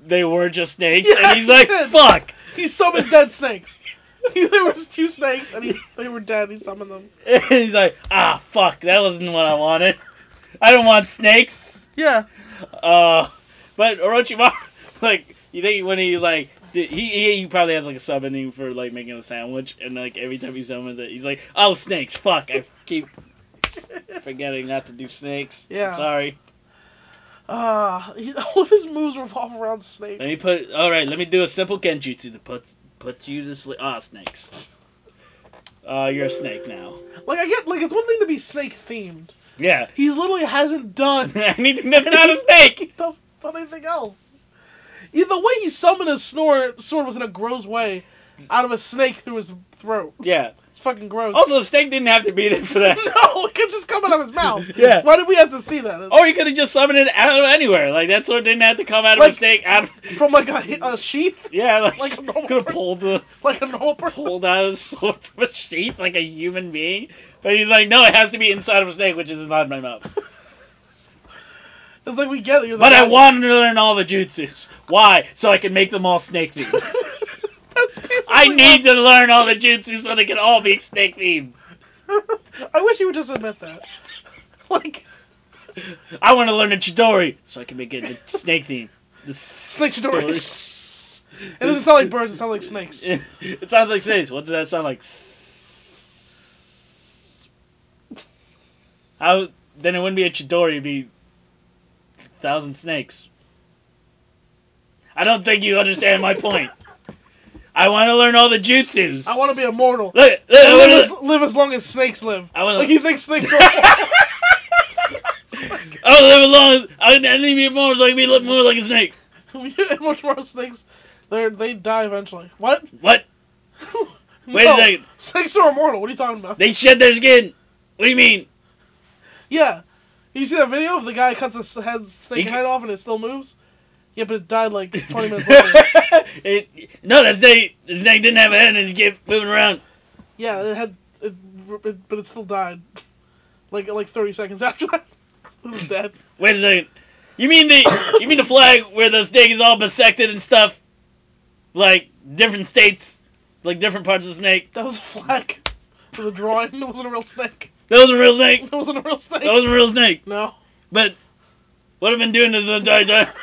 They were just snakes, Yeah, and he's he like, did. "Fuck!" [laughs] he summoned dead snakes. [laughs] there was two snakes, and he, they were dead. He summoned them. And he's like, "Ah, fuck! That wasn't what I wanted. I don't want snakes." Yeah. Uh, but Orochimaru, [laughs] like, you think when he like did, he, he he probably has like a summoning for like making a sandwich, and like every time he summons it, he's like, "Oh, snakes! Fuck! I [laughs] keep forgetting not to do snakes. I'm Yeah. sorry." Ah, he [laughs] all of his moves revolve around snakes. Let me put. All right, let me do a simple genjutsu to put put you to sleep. Ah, snakes. Uh, you're a snake now. Like I get, like it's one thing to be snake themed. Yeah. [laughs] He literally hasn't done Anything [laughs] that's not a snake. [laughs] He doesn't done anything else. Yeah, the way he summoned his snore, sword was in a gross way, out of a snake through his throat. Yeah. It's fucking gross. Also, a snake didn't have to be there for that. [laughs] no, it could just come out of his mouth. [laughs] Yeah. Oh. Why did we have to see that? Or you could have just summoned it out of anywhere. Like that sword didn't have to come out of a Like- snake. Out of, From like a, a sheath, yeah, like, [laughs] Like a normal could have person. pulled the like a normal [laughs] person. pulled out a sword from a sheath like a human being. But he's like, no, it has to be inside of a snake, which is inside my mouth. [laughs] It's like we get it. You're But like, I want to learn all the jutsus. Why? So I can make them all snake themed. [laughs] That's basically I what- need to learn all the jutsu so they can all be snake themed. [laughs] I wish he would just admit that. [laughs] Like I want to learn the Chidori so I can make it the snake theme. The snake Chidori. Chidori. It doesn't sound like birds. It sounds like snakes. [laughs] It sounds like snakes. What did that sound like? How? Then it wouldn't be a Chidori. It'd be a thousand snakes. I don't think you understand my point. I want to learn all the jutsus. I want to [laughs] be immortal. Look, look, And look, Live look. as, live as long as snakes live. I wanna- Like he thinks snakes [laughs] are. I want to live as Oh, long as I, I need to be more so I can be li- more like a snake. [laughs] much more snakes. They they die eventually. What? [laughs] What? Wait no. a second. Snakes are immortal. What are you talking about? They shed their skin. What do you mean? Yeah. You see that video of the guy cuts his head snake He- head off and it still moves? Yeah, but it [laughs] died like 20 minutes later. it, no, that snake. The snake didn't have a head and it kept moving around. Yeah, it had, it, it, but it still died. Like like 30 seconds [laughs] after that, it was dead. Wait a second. You mean the [coughs] you mean the flag where the snake is all bisected and stuff? Like different states, like different parts of the snake. That was a flag. It was a drawing. It wasn't a real snake. [laughs] That was a real snake. It wasn't a real snake. That was a real snake. No. But what I've been doing this entire time, [laughs]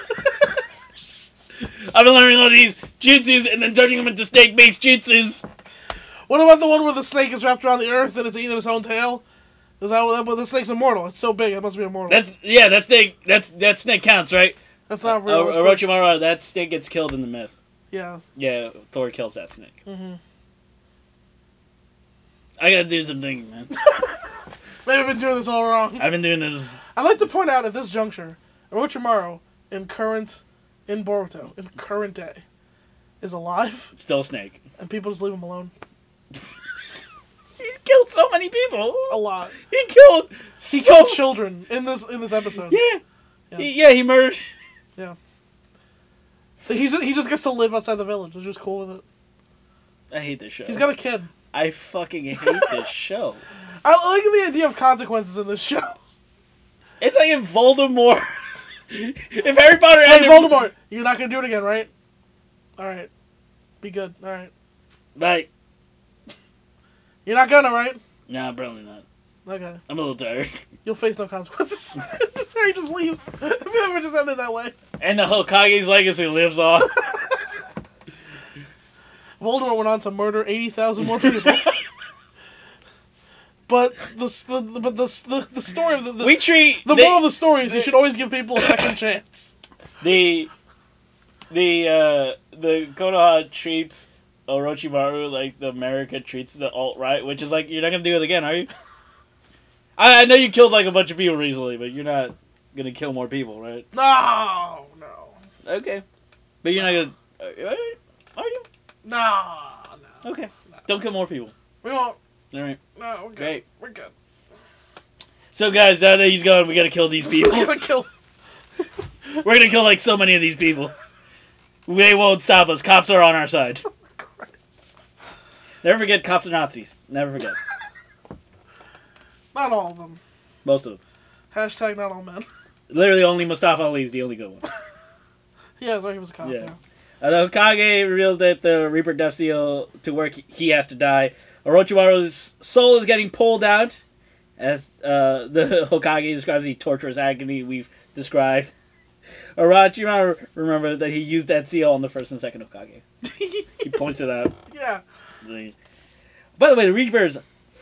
I've been learning all these jutsus and then turning them into snake-based jutsus. What about the one where the snake is wrapped around the earth and it's eating its own tail? Is that what? But the snake's immortal. It's so big, it must be immortal. That's yeah. That snake. That's that snake counts, right? That's not real. Oro- That's like- Orochimaru. That snake gets killed in the myth. yeah. Yeah, Thor kills that snake. hmm I gotta do some thinking, [laughs] man. Maybe I've been doing this all [laughs] wrong. I've been doing this. I'd like to point out at this juncture, Orochimaru in current, in Boruto, in current day, is alive, Still snake. and people just leave him alone. He's killed so many people. A lot. Oh. He killed. He killed children in this in this episode. Yeah. Yeah. He, yeah, he murdered. He's he just gets to live outside the village. It's just cool with it. I hate this show. He's got a kid. I fucking [laughs] hate this show. I like the idea of consequences in this show. It's like if [laughs] Voldemort. if Harry Potter [laughs] Hey, ended. Voldemort, you're not gonna do it again, right? All right, be good. All right, Like, you're not gonna, right? nah, probably not. Okay, I'm a little tired. you'll face no consequences. [laughs] That's how he just leaves. It just ended that way. [laughs] And the Hokage's legacy lives [laughs] on. Voldemort went on to murder eighty thousand more people. but the s- the the- but the s- the, the story of the the, we treat the the moral of the story is you should always give people a second chance. the the, uh, the Konoha treats Orochimaru like the America treats the alt right, which is like you're not gonna do it again, are you? [laughs] I, I know you killed like a bunch of people recently, but you're not gonna kill more people, right? [laughs] No, no, Okay, but you're not gonna. uh, Are you? Are you? no, no. Okay, don't kill more people. We won't. All right, No, we're good. Great. We're good. so guys, now that he's gone, we gotta kill these [laughs] [laughs] people. [laughs] We're gonna kill. We're gonna kill like so many of these people. They won't stop us. Cops are on our side. Never forget, cops are Nazis. Never forget. Not all of them. Most of them. Hashtag not all men. [laughs] Literally, only Mustafa Ali is the only good one. Yeah, that's right. He was a cop. Yeah. Yeah. Uh, the Hokage reveals that the Reaper Death Seal to work, he has to die. Orochimaru's soul is getting pulled out, as uh, [laughs] the Hokage describes the torturous agony we've described. Orochimaru remember that he used that seal on the first and second Hokage. He points it out. [laughs] yeah. By the way, the Reaper is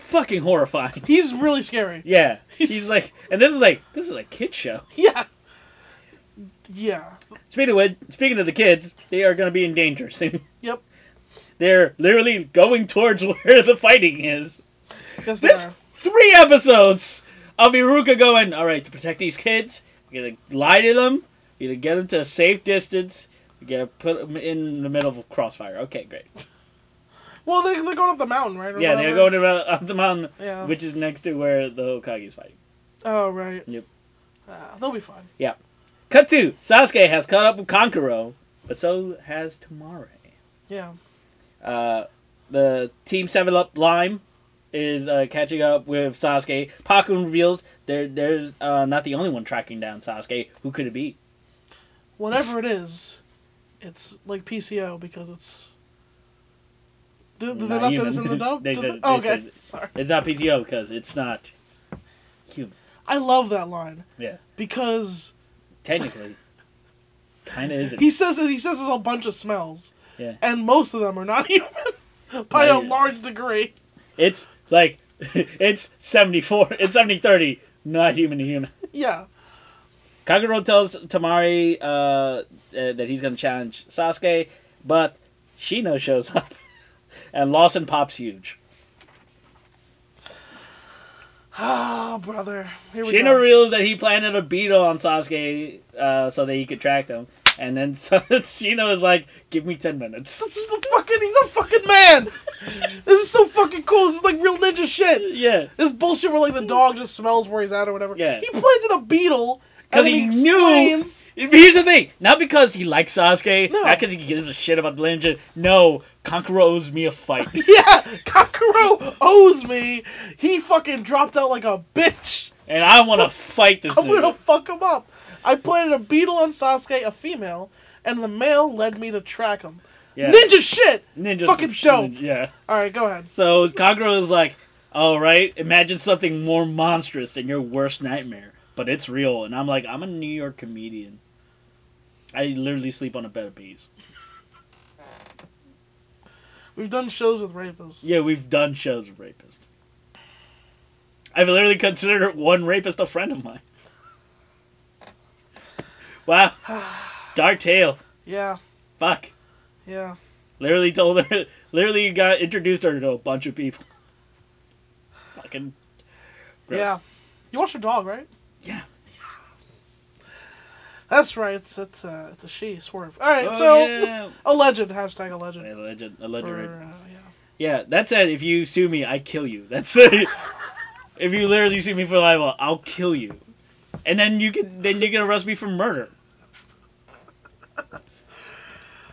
fucking horrifying. He's really scary. Yeah, He's- he's like, and this is like, this is a kid show. Yeah. Yeah. Speaking of which, speaking of the kids, they are going to be in danger soon. [laughs] Yep. They're literally going towards [laughs] where the fighting is. Yes, they This are. three episodes of Iruka going, all right, to protect these kids, we're going to lie to them, we're going to get them to a safe distance, we're going to put them in the middle of crossfire. Okay, great. Well, they, they're going up the mountain, right? Or Yeah, they're whatever. Oh. going about [laughs] up the mountain, Yeah. which is next to where the Hokage is fighting. Oh, right. Yep. Ah, they'll be fine. Cut to Sasuke has caught up with Konkuro, but so has Tamare. Yeah. Uh, the Team Seven Up Lime is uh, catching up with Sasuke. Pakun reveals they're they're uh, not the only one tracking down Sasuke. Who could it be? Whatever it is, it's like PCO because it's. Did, did they Not not say human. this in the [laughs] dub? They Did did- oh, they okay. Sorry. It's not PCO because it's not human. I love that line. Yeah. Because Technically, kind of isn't. he says he says there's a bunch of smells. Yeah. And most of them are not [laughs] human by Not a even. large degree. It's like [laughs] it's seventy four. It's seventy thirty. Not human to human. Yeah. Kagero tells Tamari uh, uh, that he's going to challenge Sasuke, but Shino shows [laughs] up, and Lawson pops huge. Ah, brother. Here we Shino go. reveals that he planted a beetle on Sasuke uh, so that he could track them, and then [laughs] so, Shino is like, "Give me ten minutes." This is the fucking he's a fucking man. this is so fucking cool. This is like real ninja shit. [laughs] Yeah, This bullshit where like the dog just smells where he's at or whatever. Yeah. He planted a beetle 'Cause and then he he, knew- explains. [laughs] here's the thing: not because he likes Sasuke, No. not because he gives a shit about the ninja. No, Konkuro owes me a [laughs] fight. Yeah, Kakuro owes me. He fucking dropped out like a bitch. And I want to fight this I'm gonna dude. fuck him up. I planted a beetle on Sasuke, a female, and the male led me to track him. Yeah. Ninja shit. Ninja, fucking dope. Yeah. All right, go ahead. So Kagura is like, all right, imagine something more monstrous than your worst nightmare, but it's real. And I'm like, I'm a New York comedian. I literally sleep on a bed of bees. We've done shows with rapists. Yeah, we've done shows with rapists. I've literally considered one rapist a friend of mine. Wow. Dark tale. Yeah. Fuck. Yeah. Literally told her, literally got introduced her to a bunch of people. Fucking. gross. Yeah. You watch your dog, right? Yeah. That's right. It's it's, uh, it's a she swerve. All right, Oh, so yeah. a legend hashtag a legend. A legend, a legend. For, right? uh, yeah. Yeah, that said, if you sue me, I kill you. That's [laughs] it. if you literally sue me for libel, I'll kill you, and then you can then you can arrest me for murder.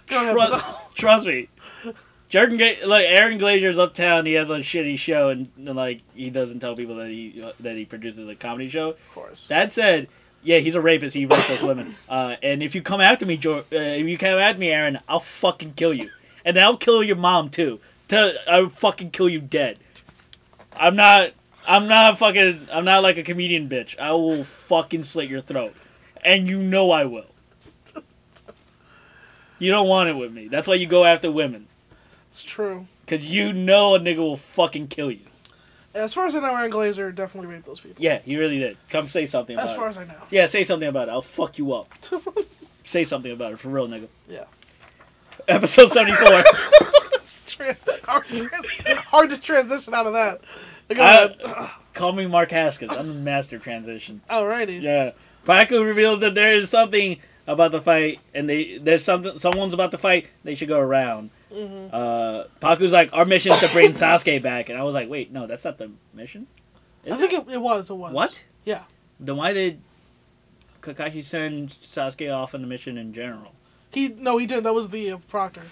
Go ahead, Trust, [laughs] trust me. Jordan, Ga- like Aaron Glazer's uptown. He has a shitty show, and, and, like he doesn't tell people that he that he produces a comedy show. of course. That said, yeah, he's a rapist. He rapes those women. Uh, and if you come after me, Jor- uh, if you come after me, Aaron, I'll fucking kill you, and I'll kill your mom too. To I'll fucking kill you dead. I'm not. I'm not fucking. I'm not like a comedian bitch. I will fucking slit your throat, and you know I will. You don't want it with me. That's why you go after women, It's true. cause you know a nigga will fucking kill you. As far as I know, Aaron Glazer definitely raped those people. Yeah, he really did. Come say something about As it. far as I know. Yeah, say something about it. I'll fuck you [laughs] up. say something about it for real, nigga. Yeah. Episode 74. tra- [laughs] hard, trans- hard to transition out of that. Go I- ahead. [laughs] Call me Mark Haskins. I'm the master transition. [clears throat] Alrighty. Yeah. Paco reveals that there is something about the fight, and they there's something someone's about to fight. They should go around. Mm-hmm. Uh, Paku's like, our mission is to [laughs] bring Sasuke back, and I was like, wait, no, that's not the mission. Is I think it, it was. It was. What? Yeah. Then why did Kakashi send Sasuke off on the mission in general? He no, he did. That was the uh, Proctor.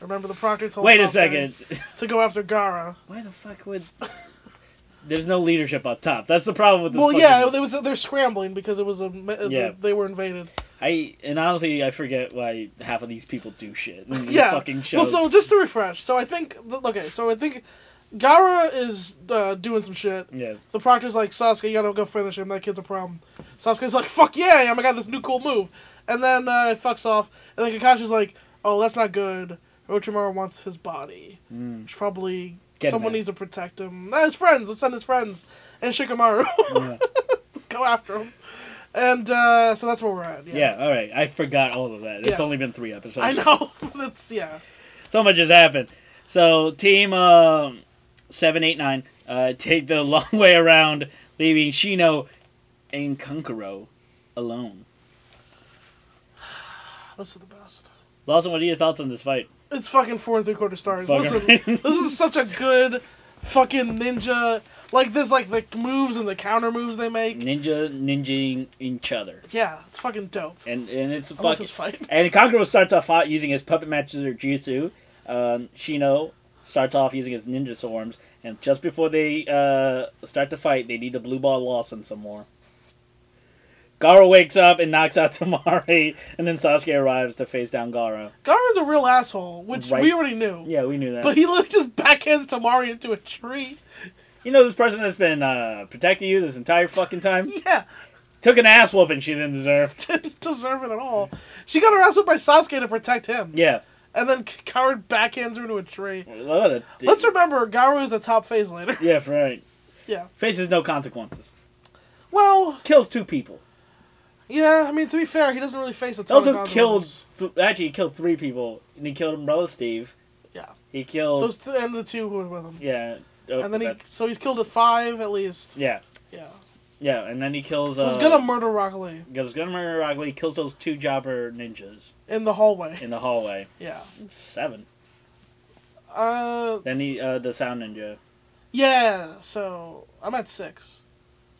Remember the Proctor told. Wait a Oh, Sasuke second. To go after Gara. Why the fuck would? [laughs] There's no leadership up top. That's the problem with this. Well, fucking- yeah, it was they're scrambling because it was a, it's Yeah. a they were invaded. I and honestly, I forget why half of these people do shit. in these Yeah. Fucking shows. Well, so just to refresh, so I think th- okay, so I think Gara is uh, doing some shit. yeah. The Proctor's like Sasuke, you gotta go finish him. That kid's a problem. Sasuke's like, fuck yeah, I am. I got this new cool move. And then uh, it fucks off. And then Kakashi's like, oh, that's not good. Orochimaru wants his body. Mm. Which probably Get him someone out. needs to protect him. Ah, his friends. Let's send his friends and Shikamaru. [laughs] Yeah. go after him. And uh, so that's where we're at. Yeah. Yeah, all right. I forgot all of that. It's Yeah. only been three episodes. I know. [laughs] that's yeah. So much has happened. So team um, seven, eight, nine uh, take the [laughs] long way around, leaving Shino and Kunkoro alone. This is the best. Lawson, what are your thoughts on this fight? It's fucking four and three quarter stars. Fucking- Listen, [laughs] this is such a good fucking ninja. Like this, like the moves and the counter moves they make. Ninja ninjing each other, Yeah, it's fucking dope. and and it's a I love fucking this fight. [laughs] and Kunkoro starts off hot using his puppet matches or jutsu. Um, Shino starts off using his ninja swarms, and just before they uh, start the fight, they need to blue ball Lawson some more. Gara wakes up and knocks out [laughs] Tamari, and then Sasuke arrives to face down Gara. Gara's a real asshole, which Right. we already knew. Yeah, we knew that. But he literally just backhands Tamari into a tree. [laughs] you know this person that's been uh, protecting you this entire fucking time Yeah, [laughs] took an ass whooping she didn't deserve. didn't deserve it at all. She got her ass whipped by Sasuke to protect him. Yeah, And then [laughs] Coward backhands her into a tree. What a dick. Let's remember, Garu is a top phase later. [laughs] yeah, right. Yeah. faces no consequences. Well, Kills two people. yeah, I mean, to be fair, he doesn't really face a ton of also killed consequences. th- actually he killed three people and he killed umbrella steve Yeah. he killed Those th- and the two who were with him. yeah oh, and then he, that- so he's killed at five at least. yeah Yeah. yeah and then he kills He uh was gonna murder Rock Lee he was gonna murder Rogley, he kills those two jobber ninjas in the hallway. in the hallway Yeah. seven Uh. then he uh the sound ninja Yeah. So I'm at six.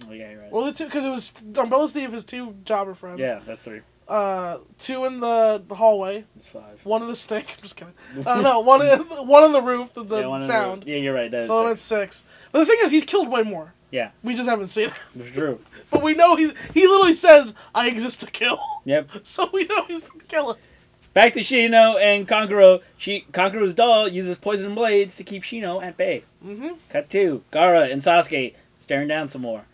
oh yeah you're right Well, the two because it was Umbrella Steve, his two jobber friends. yeah that's three Uh, two in the hallway, that's five one in the [laughs] stake. I'm just kidding. [laughs] Uh, no, one in one on the roof, the, the Yeah, one in sound. yeah you're right that's so I'm at six. But the thing is, he's killed way more. Yeah. We just haven't seen it. true [laughs] But we know he he literally says, "I exist to kill." [laughs] yep So we know he's been killing. back to shino and Konkoro. she Konkuro's doll uses poison blades to keep shino at bay Mm-hmm. Cut two. Gara and Sasuke staring down some more.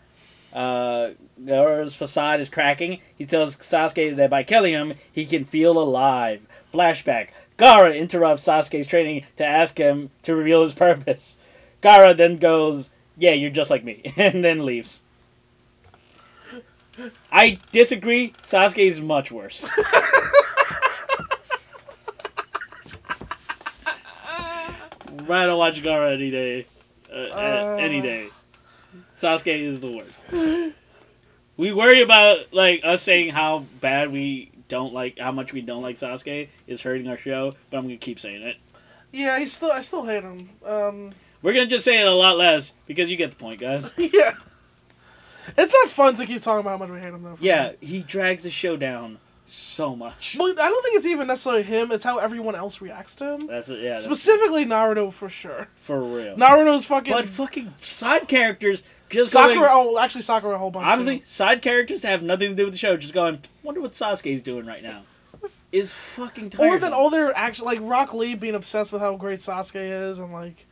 Uh, Gara's facade is cracking. He tells Sasuke that by killing him, he can feel alive. Flashback. Gara interrupts Sasuke's training to ask him to reveal his purpose. Gara then goes, Yeah, you're just like me, [laughs] and then leaves. I disagree. Sasuke is much worse. I don't watch Gara any day. Uh, uh, any Uh. day. Sasuke is the worst. We worry about like us saying how bad we don't like how much we don't like Sasuke is hurting our show, but I'm gonna keep saying it. Yeah, he still I still hate him. Um, [laughs] We're gonna just say it a lot less because you get the point, guys. yeah. It's not fun to keep talking about how much we hate him though. for Yeah, real. he drags the show down so much. But I don't think it's even necessarily him. It's how everyone else reacts to him. That's yeah, that's Specifically Naruto for sure. for real. Naruto's fucking but fucking side characters just Sakura. going, oh, actually Sakura a whole bunch. honestly, too. side characters that have nothing to do with the show. Just going, wonder what Sasuke's doing right now. Is fucking tired. Or that all their action, like Rock Lee being obsessed with how great Sasuke is, and like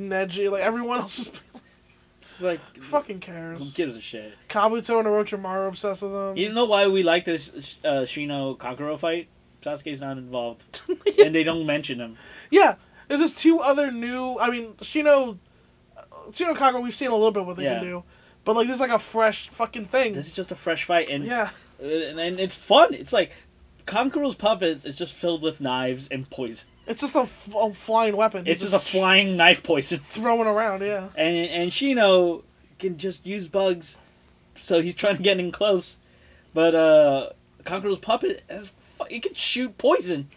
Neji, like everyone else [laughs] is like fucking Who cares. gives a shit? Kabuto and Orochimaru obsessed with him. [laughs] You know why we like this uh, Shino Kakuro fight? Sasuke's not involved, [laughs] yeah. and they don't mention him. there's just two other new. I mean, Shino, uh, Shino Kagura. We've seen a little bit what they Yeah. can do, but like there's like a fresh fucking thing. This is just a fresh fight, and yeah, uh, and, and it's fun. It's like Kakuro's puppets is just filled with knives and poison. It's just a, f- a flying weapon. You It's just a flying knife poison. throwing around. Yeah. And and Shino can just use bugs, so he's trying to get in close. But uh Conqueror's puppet has fu- it can shoot poison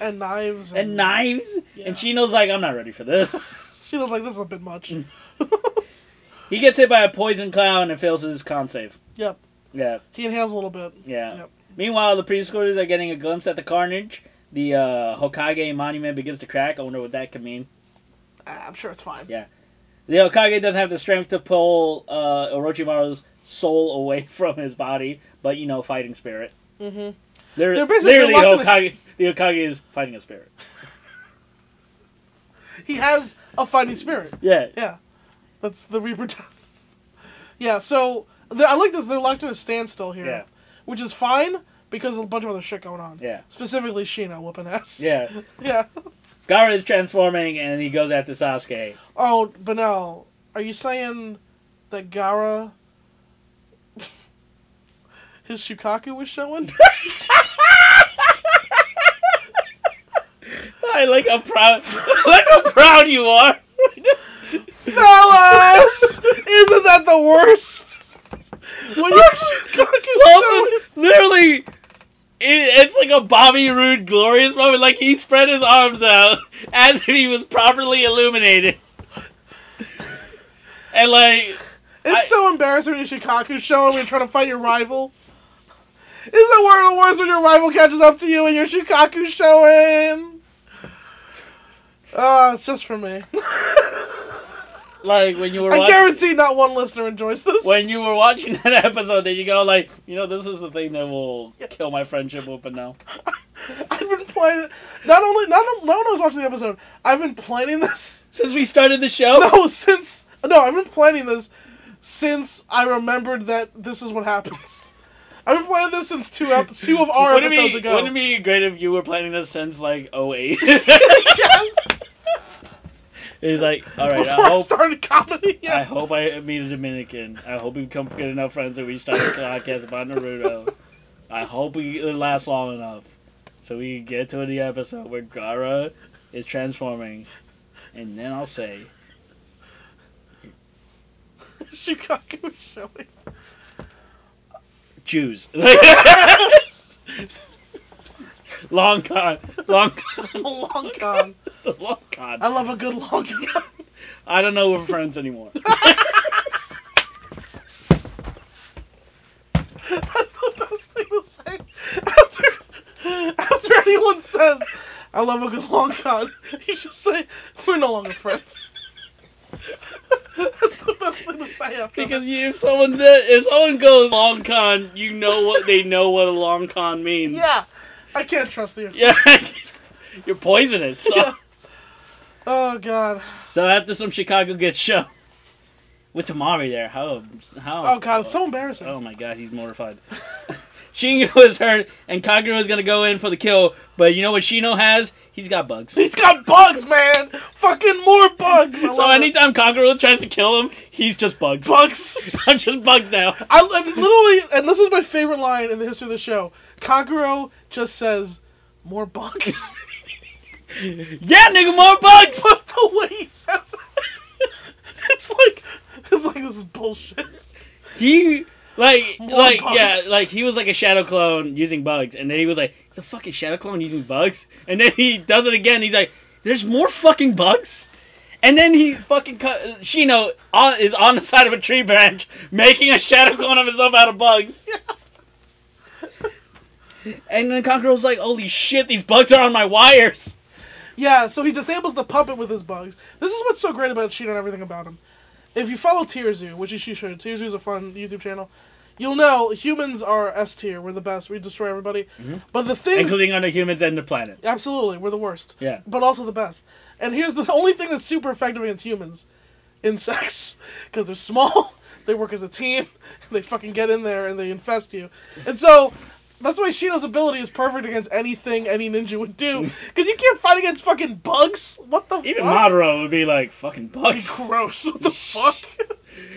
And knives. And, and knives. Oh. Yeah. And Shino's like, I'm not ready for this. She was like, "This is a bit much." Mm. he gets hit by a poison cloud and fails his con save. Yep. Yeah, He inhales a little bit. yeah. Yep. Meanwhile, the preschoolers are getting a glimpse at the carnage. The uh, Hokage monument begins to crack. I wonder what that could mean. Ah, I'm sure it's fine. Yeah. The Hokage doesn't have the strength to pull uh, Orochimaru's soul away [laughs] from his body, but you know, fighting spirit. hmm They're, They're basically literally locked in a- Hokage. The Hokage is fighting a spirit. He has a fighting spirit. Yeah, Yeah, that's the Reaper death. [laughs] yeah, so the, I like this. They're locked in a standstill here, Yeah. which is fine because there's a bunch of other shit going on. yeah, Specifically, Sheena whooping ass. yeah. [laughs] yeah. Gara is transforming, and he goes after Sasuke. Oh, but no, are you saying that Gara, [laughs] his Shukaku was showing? I like how proud, [laughs] like how proud you are. Fellas, isn't that the worst? When Oh, your Shukaku showing. literally, it, it's like a Bobby Roode glorious moment. Like he spread his arms out [laughs] as if he was properly [laughs] illuminated, and like It's I- so embarrassing when you're Shikaku show and you're trying to fight your rival. Isn't that one of the worst when your rival catches up to you and you're Shikaku showing? Ah, it's just for me. like when you were I watching, guarantee not one listener enjoys this. when you were watching that episode, did you go like, you know, this is the thing that will kill my friendship with Benel? [laughs] I've been playing. Not only not not when I was watching the episode, I've been planning this. Since we started the show, [laughs] [laughs] No, since no, I've been planning this since I remembered that this is what happens. I've been planning this since two ep- two of our wouldn't, it episodes be, ago. wouldn't it be great if you were planning this since like 08? [laughs] yes. [laughs] He's like, all right, before I I, hope. started comedy. [laughs] I Yeah. hope I meet a Dominican. I hope we become good enough friends that we start a podcast about Naruto. I hope we it lasts long enough so we can get to the episode where Gara is transforming, and then I'll say, Chicago was showing. Jews. [laughs] long con, long A con, long con. long con. I love a good long [laughs] con. I don't know we're friends anymore. That's the best thing to say. After, after anyone says, I love a good long con, you should say, We're no longer friends. [laughs] That's the best thing to say after Because that. you- if someone did, if someone goes long con, you know what they know what a long con means. Yeah. I can't trust you. Yeah, [laughs] you're poisonous. So, Yeah. Oh, God. so after some Chicago gets show with Tamari there, how how Oh, God. It's so embarrassing. oh my god, he's mortified. [laughs] Shingo is hurt, and Kagura is gonna go in for the kill. But you know what Shino has? He's got [laughs] bugs. He's got bugs, man. Fucking more bugs. I So love it. anytime Kagura tries to kill him, he's just bugs. [laughs] bugs. I'm just bugs now. I, I'm literally, and this is my favorite line in the history of the show. Kaguro just says, "More bugs." [laughs] Yeah, nigga, more bugs. but the way he says it, [laughs] it's like, it's like this is bullshit. He like More like bugs. yeah like he was like a shadow clone using bugs, and then he was like it's a fucking shadow clone using bugs, and then he does it again. He's like, there's more fucking bugs, and then he fucking cut uh, Shino on, is on the side of a tree branch making a shadow clone of himself out of [laughs] bugs. And then Conqueror was like, "Holy shit, these bugs are on my wires." Yeah, so he disables the puppet with his bugs. This is what's so great about Cheeto and everything about him. If you follow Tierzu, which you should, Tierzu is a fun YouTube channel. You'll know humans are S tier. We're the best. We destroy everybody. But the things including on the humans and the planet. Absolutely, we're the worst. Yeah. But also the best. And here's the [laughs] only thing that's super effective against humans [laughs] insects. Because they're small, [laughs] they work as a team, [laughs] they fucking get in there and they infest you. And so, that's why Shino's ability is perfect against anything any ninja [laughs] would do. Because you can't fight against fucking bugs. What the Even fuck? Madara would be like, "Fucking bugs." Gross. [laughs] [laughs] What the fuck?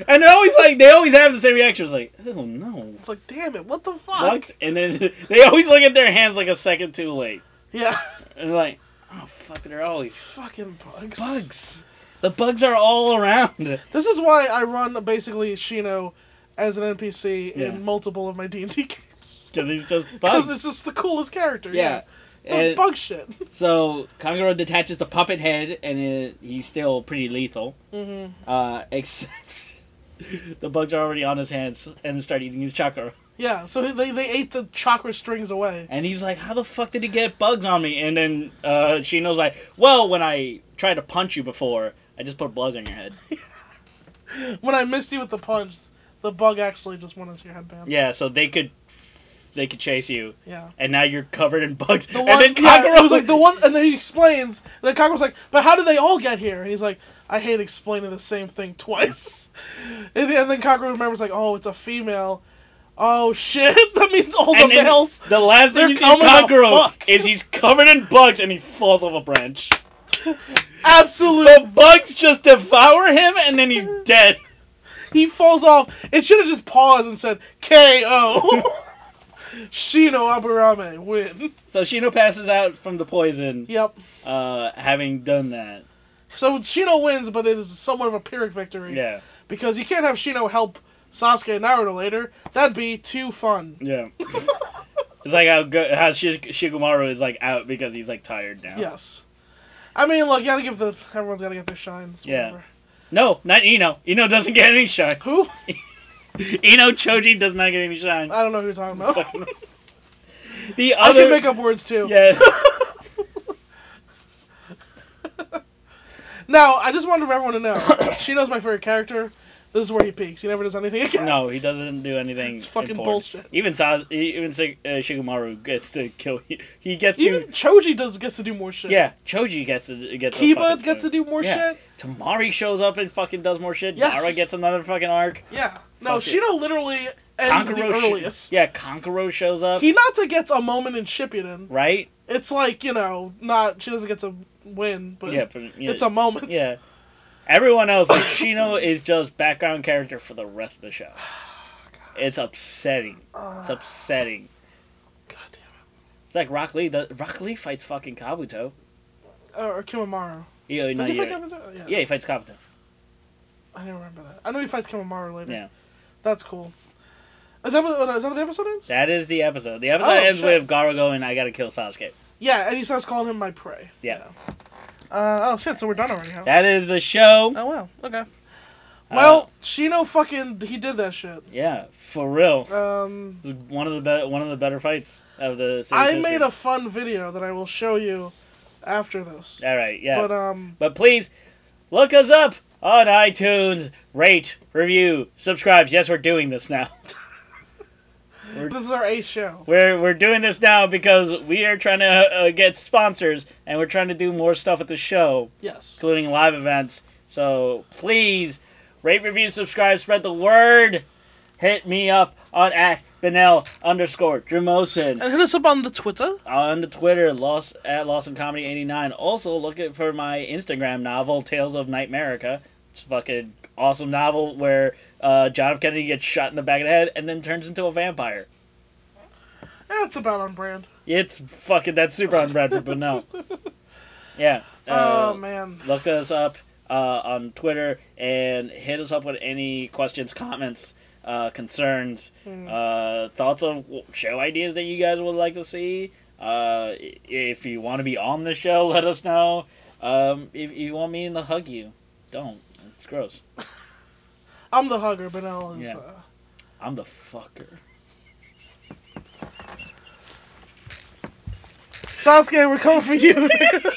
And they're always like, they always have the same reaction. It's like, oh no. It's like, damn it, what the [laughs] fuck? Bugs? And then they always look at their hands like a second too late. Yeah. [laughs] And they're like, oh Fucking, they're always Fucking bugs. bugs. The bugs are all around. [laughs] This is why I run basically Shino as an NPC Yeah. in multiple of my D and D games. Because he's just Because bugs. it's just the coolest character. yeah. Yeah. That's And bug shit. so Kangaro detaches the puppet head, and it, he's still pretty lethal. Mm-hmm. Uh, [laughs] except the bugs are already on his hands and start eating his chakra. Yeah. So they they ate the chakra strings away. And he's like, "How the fuck did he get bugs on me?" And then uh, Shino's like, "Well, when I tried to punch you before, I just put bug on your head." When I missed you with the punch, the bug actually just went into your headband. Yeah, so they could they could chase you, Yeah. and now you're covered in bugs. The and one, then yeah, Kagura it was like the one, and then he explains, and then Kagura's like, "But how did they all get here?" And he's like, "I hate explaining the same thing twice." [laughs] And, and then Kagura remembers, like, "Oh, it's a female. Oh shit, [laughs] that means all the and then males." the last They're thing you see coming to Kagura fuck. is he's covered in bugs, and he falls off a branch. Absolutely, [laughs] The bugs just devour him, and [laughs] then he's dead. he falls off. It should have just paused and said, [laughs] "K.O." Shino Aburame win. So Shino passes out from the poison, Yep. uh, having done that. So Shino wins, but it is somewhat of a pyrrhic victory Yeah, because you can't have Shino help Sasuke and Naruto later. That'd be too fun. [laughs] yeah. It's like how go- how Shi- Shigemaru is like out because he's like tired now. Yes. I mean, look, you gotta give the everyone's gotta get their shine. It's Yeah. whatever. No, not Ino. Ino doesn't get any [laughs] shine. Who? Ino Choji does not get any shine. I don't know who you're talking about. Fucking- [laughs] the I other can make up words too. [laughs] [laughs] yeah. Now, I just wanted everyone to know, [coughs] she knows my favorite character. This is where he peaks. He never does anything again. [laughs] No, he doesn't do anything. It's fucking important. bullshit. Even Saz, even Sig- uh, Shigemaru gets to kill. He gets to. Even Choji does gets to do more shit. Yeah, Choji gets to gets. a Kiba fucking gets to point. do more Yeah. shit. Tamari shows up and fucking does more shit. Yes. Yara gets another fucking arc. Yeah. No, Fuck it. Shino literally ends the Konkoro. Sh- earliest. yeah, Konkoro shows up. Hinata gets a moment in Shippuden. right? It's like, you know, not she doesn't get to win, but yeah, but, yeah, it's a moment. yeah. Everyone else, like Shino, [laughs] is just background character for the rest of the [sighs] show. It's upsetting. Uh, It's upsetting. God damn It's like Rock Lee. The, Rock Lee fights fucking Kabuto. uh, it. Or, or Kimimaro. Yeah, no, Does he yeah. pick up his- yeah. yeah, he fights Kabuto. I don't remember that. I know he fights Kamamaro later. Yeah. That's cool. Is that what, is that what the episode ends? That is the episode. The episode Oh, ends shit. with Garo going, I gotta kill Sasuke. Yeah, and he starts calling him my prey. Yeah. Uh, oh shit, so we're done already, huh? That is the show. Oh wow, okay. Uh, Well, Shino fucking, he did that shit. yeah, for real. Um, This is one of the be- one of the better fights of the series. I made a fun video that I will show you after this. All right, yeah. But, um, But please look us up on iTunes, rate, review, subscribe. Yes, we're doing this now. [laughs] this is our eighth show. We're we're doing this now because we are trying to uh, get sponsors and we're trying to do more stuff at the show, Yes. including live events. So please rate, review, subscribe, spread the word. Hit me up on at Benel underscore Drumosin. And hit us up on the Twitter. on the Twitter, Lost at Lost in Comedy eighty nine. Also look at for my Instagram novel, Tales of Nightmarica. It's a fucking awesome novel where uh, John F. Kennedy gets shot in the back of the head and then turns into a vampire. That's about on brand. It's fucking that's super on Bradford, but no. Yeah. Uh, oh man. look us up uh, on Twitter and hit us up with any questions, comments, uh, concerns. Mm. uh, thoughts of show ideas that you guys would like to see. Uh, i- if you want to be on the show, [laughs] let us know. Um, if you want me to hug you, don't. It's gross. I'm the hugger, but no, is, Yeah. uh, I'm the fucker. Sasuke, we're coming for you. [laughs]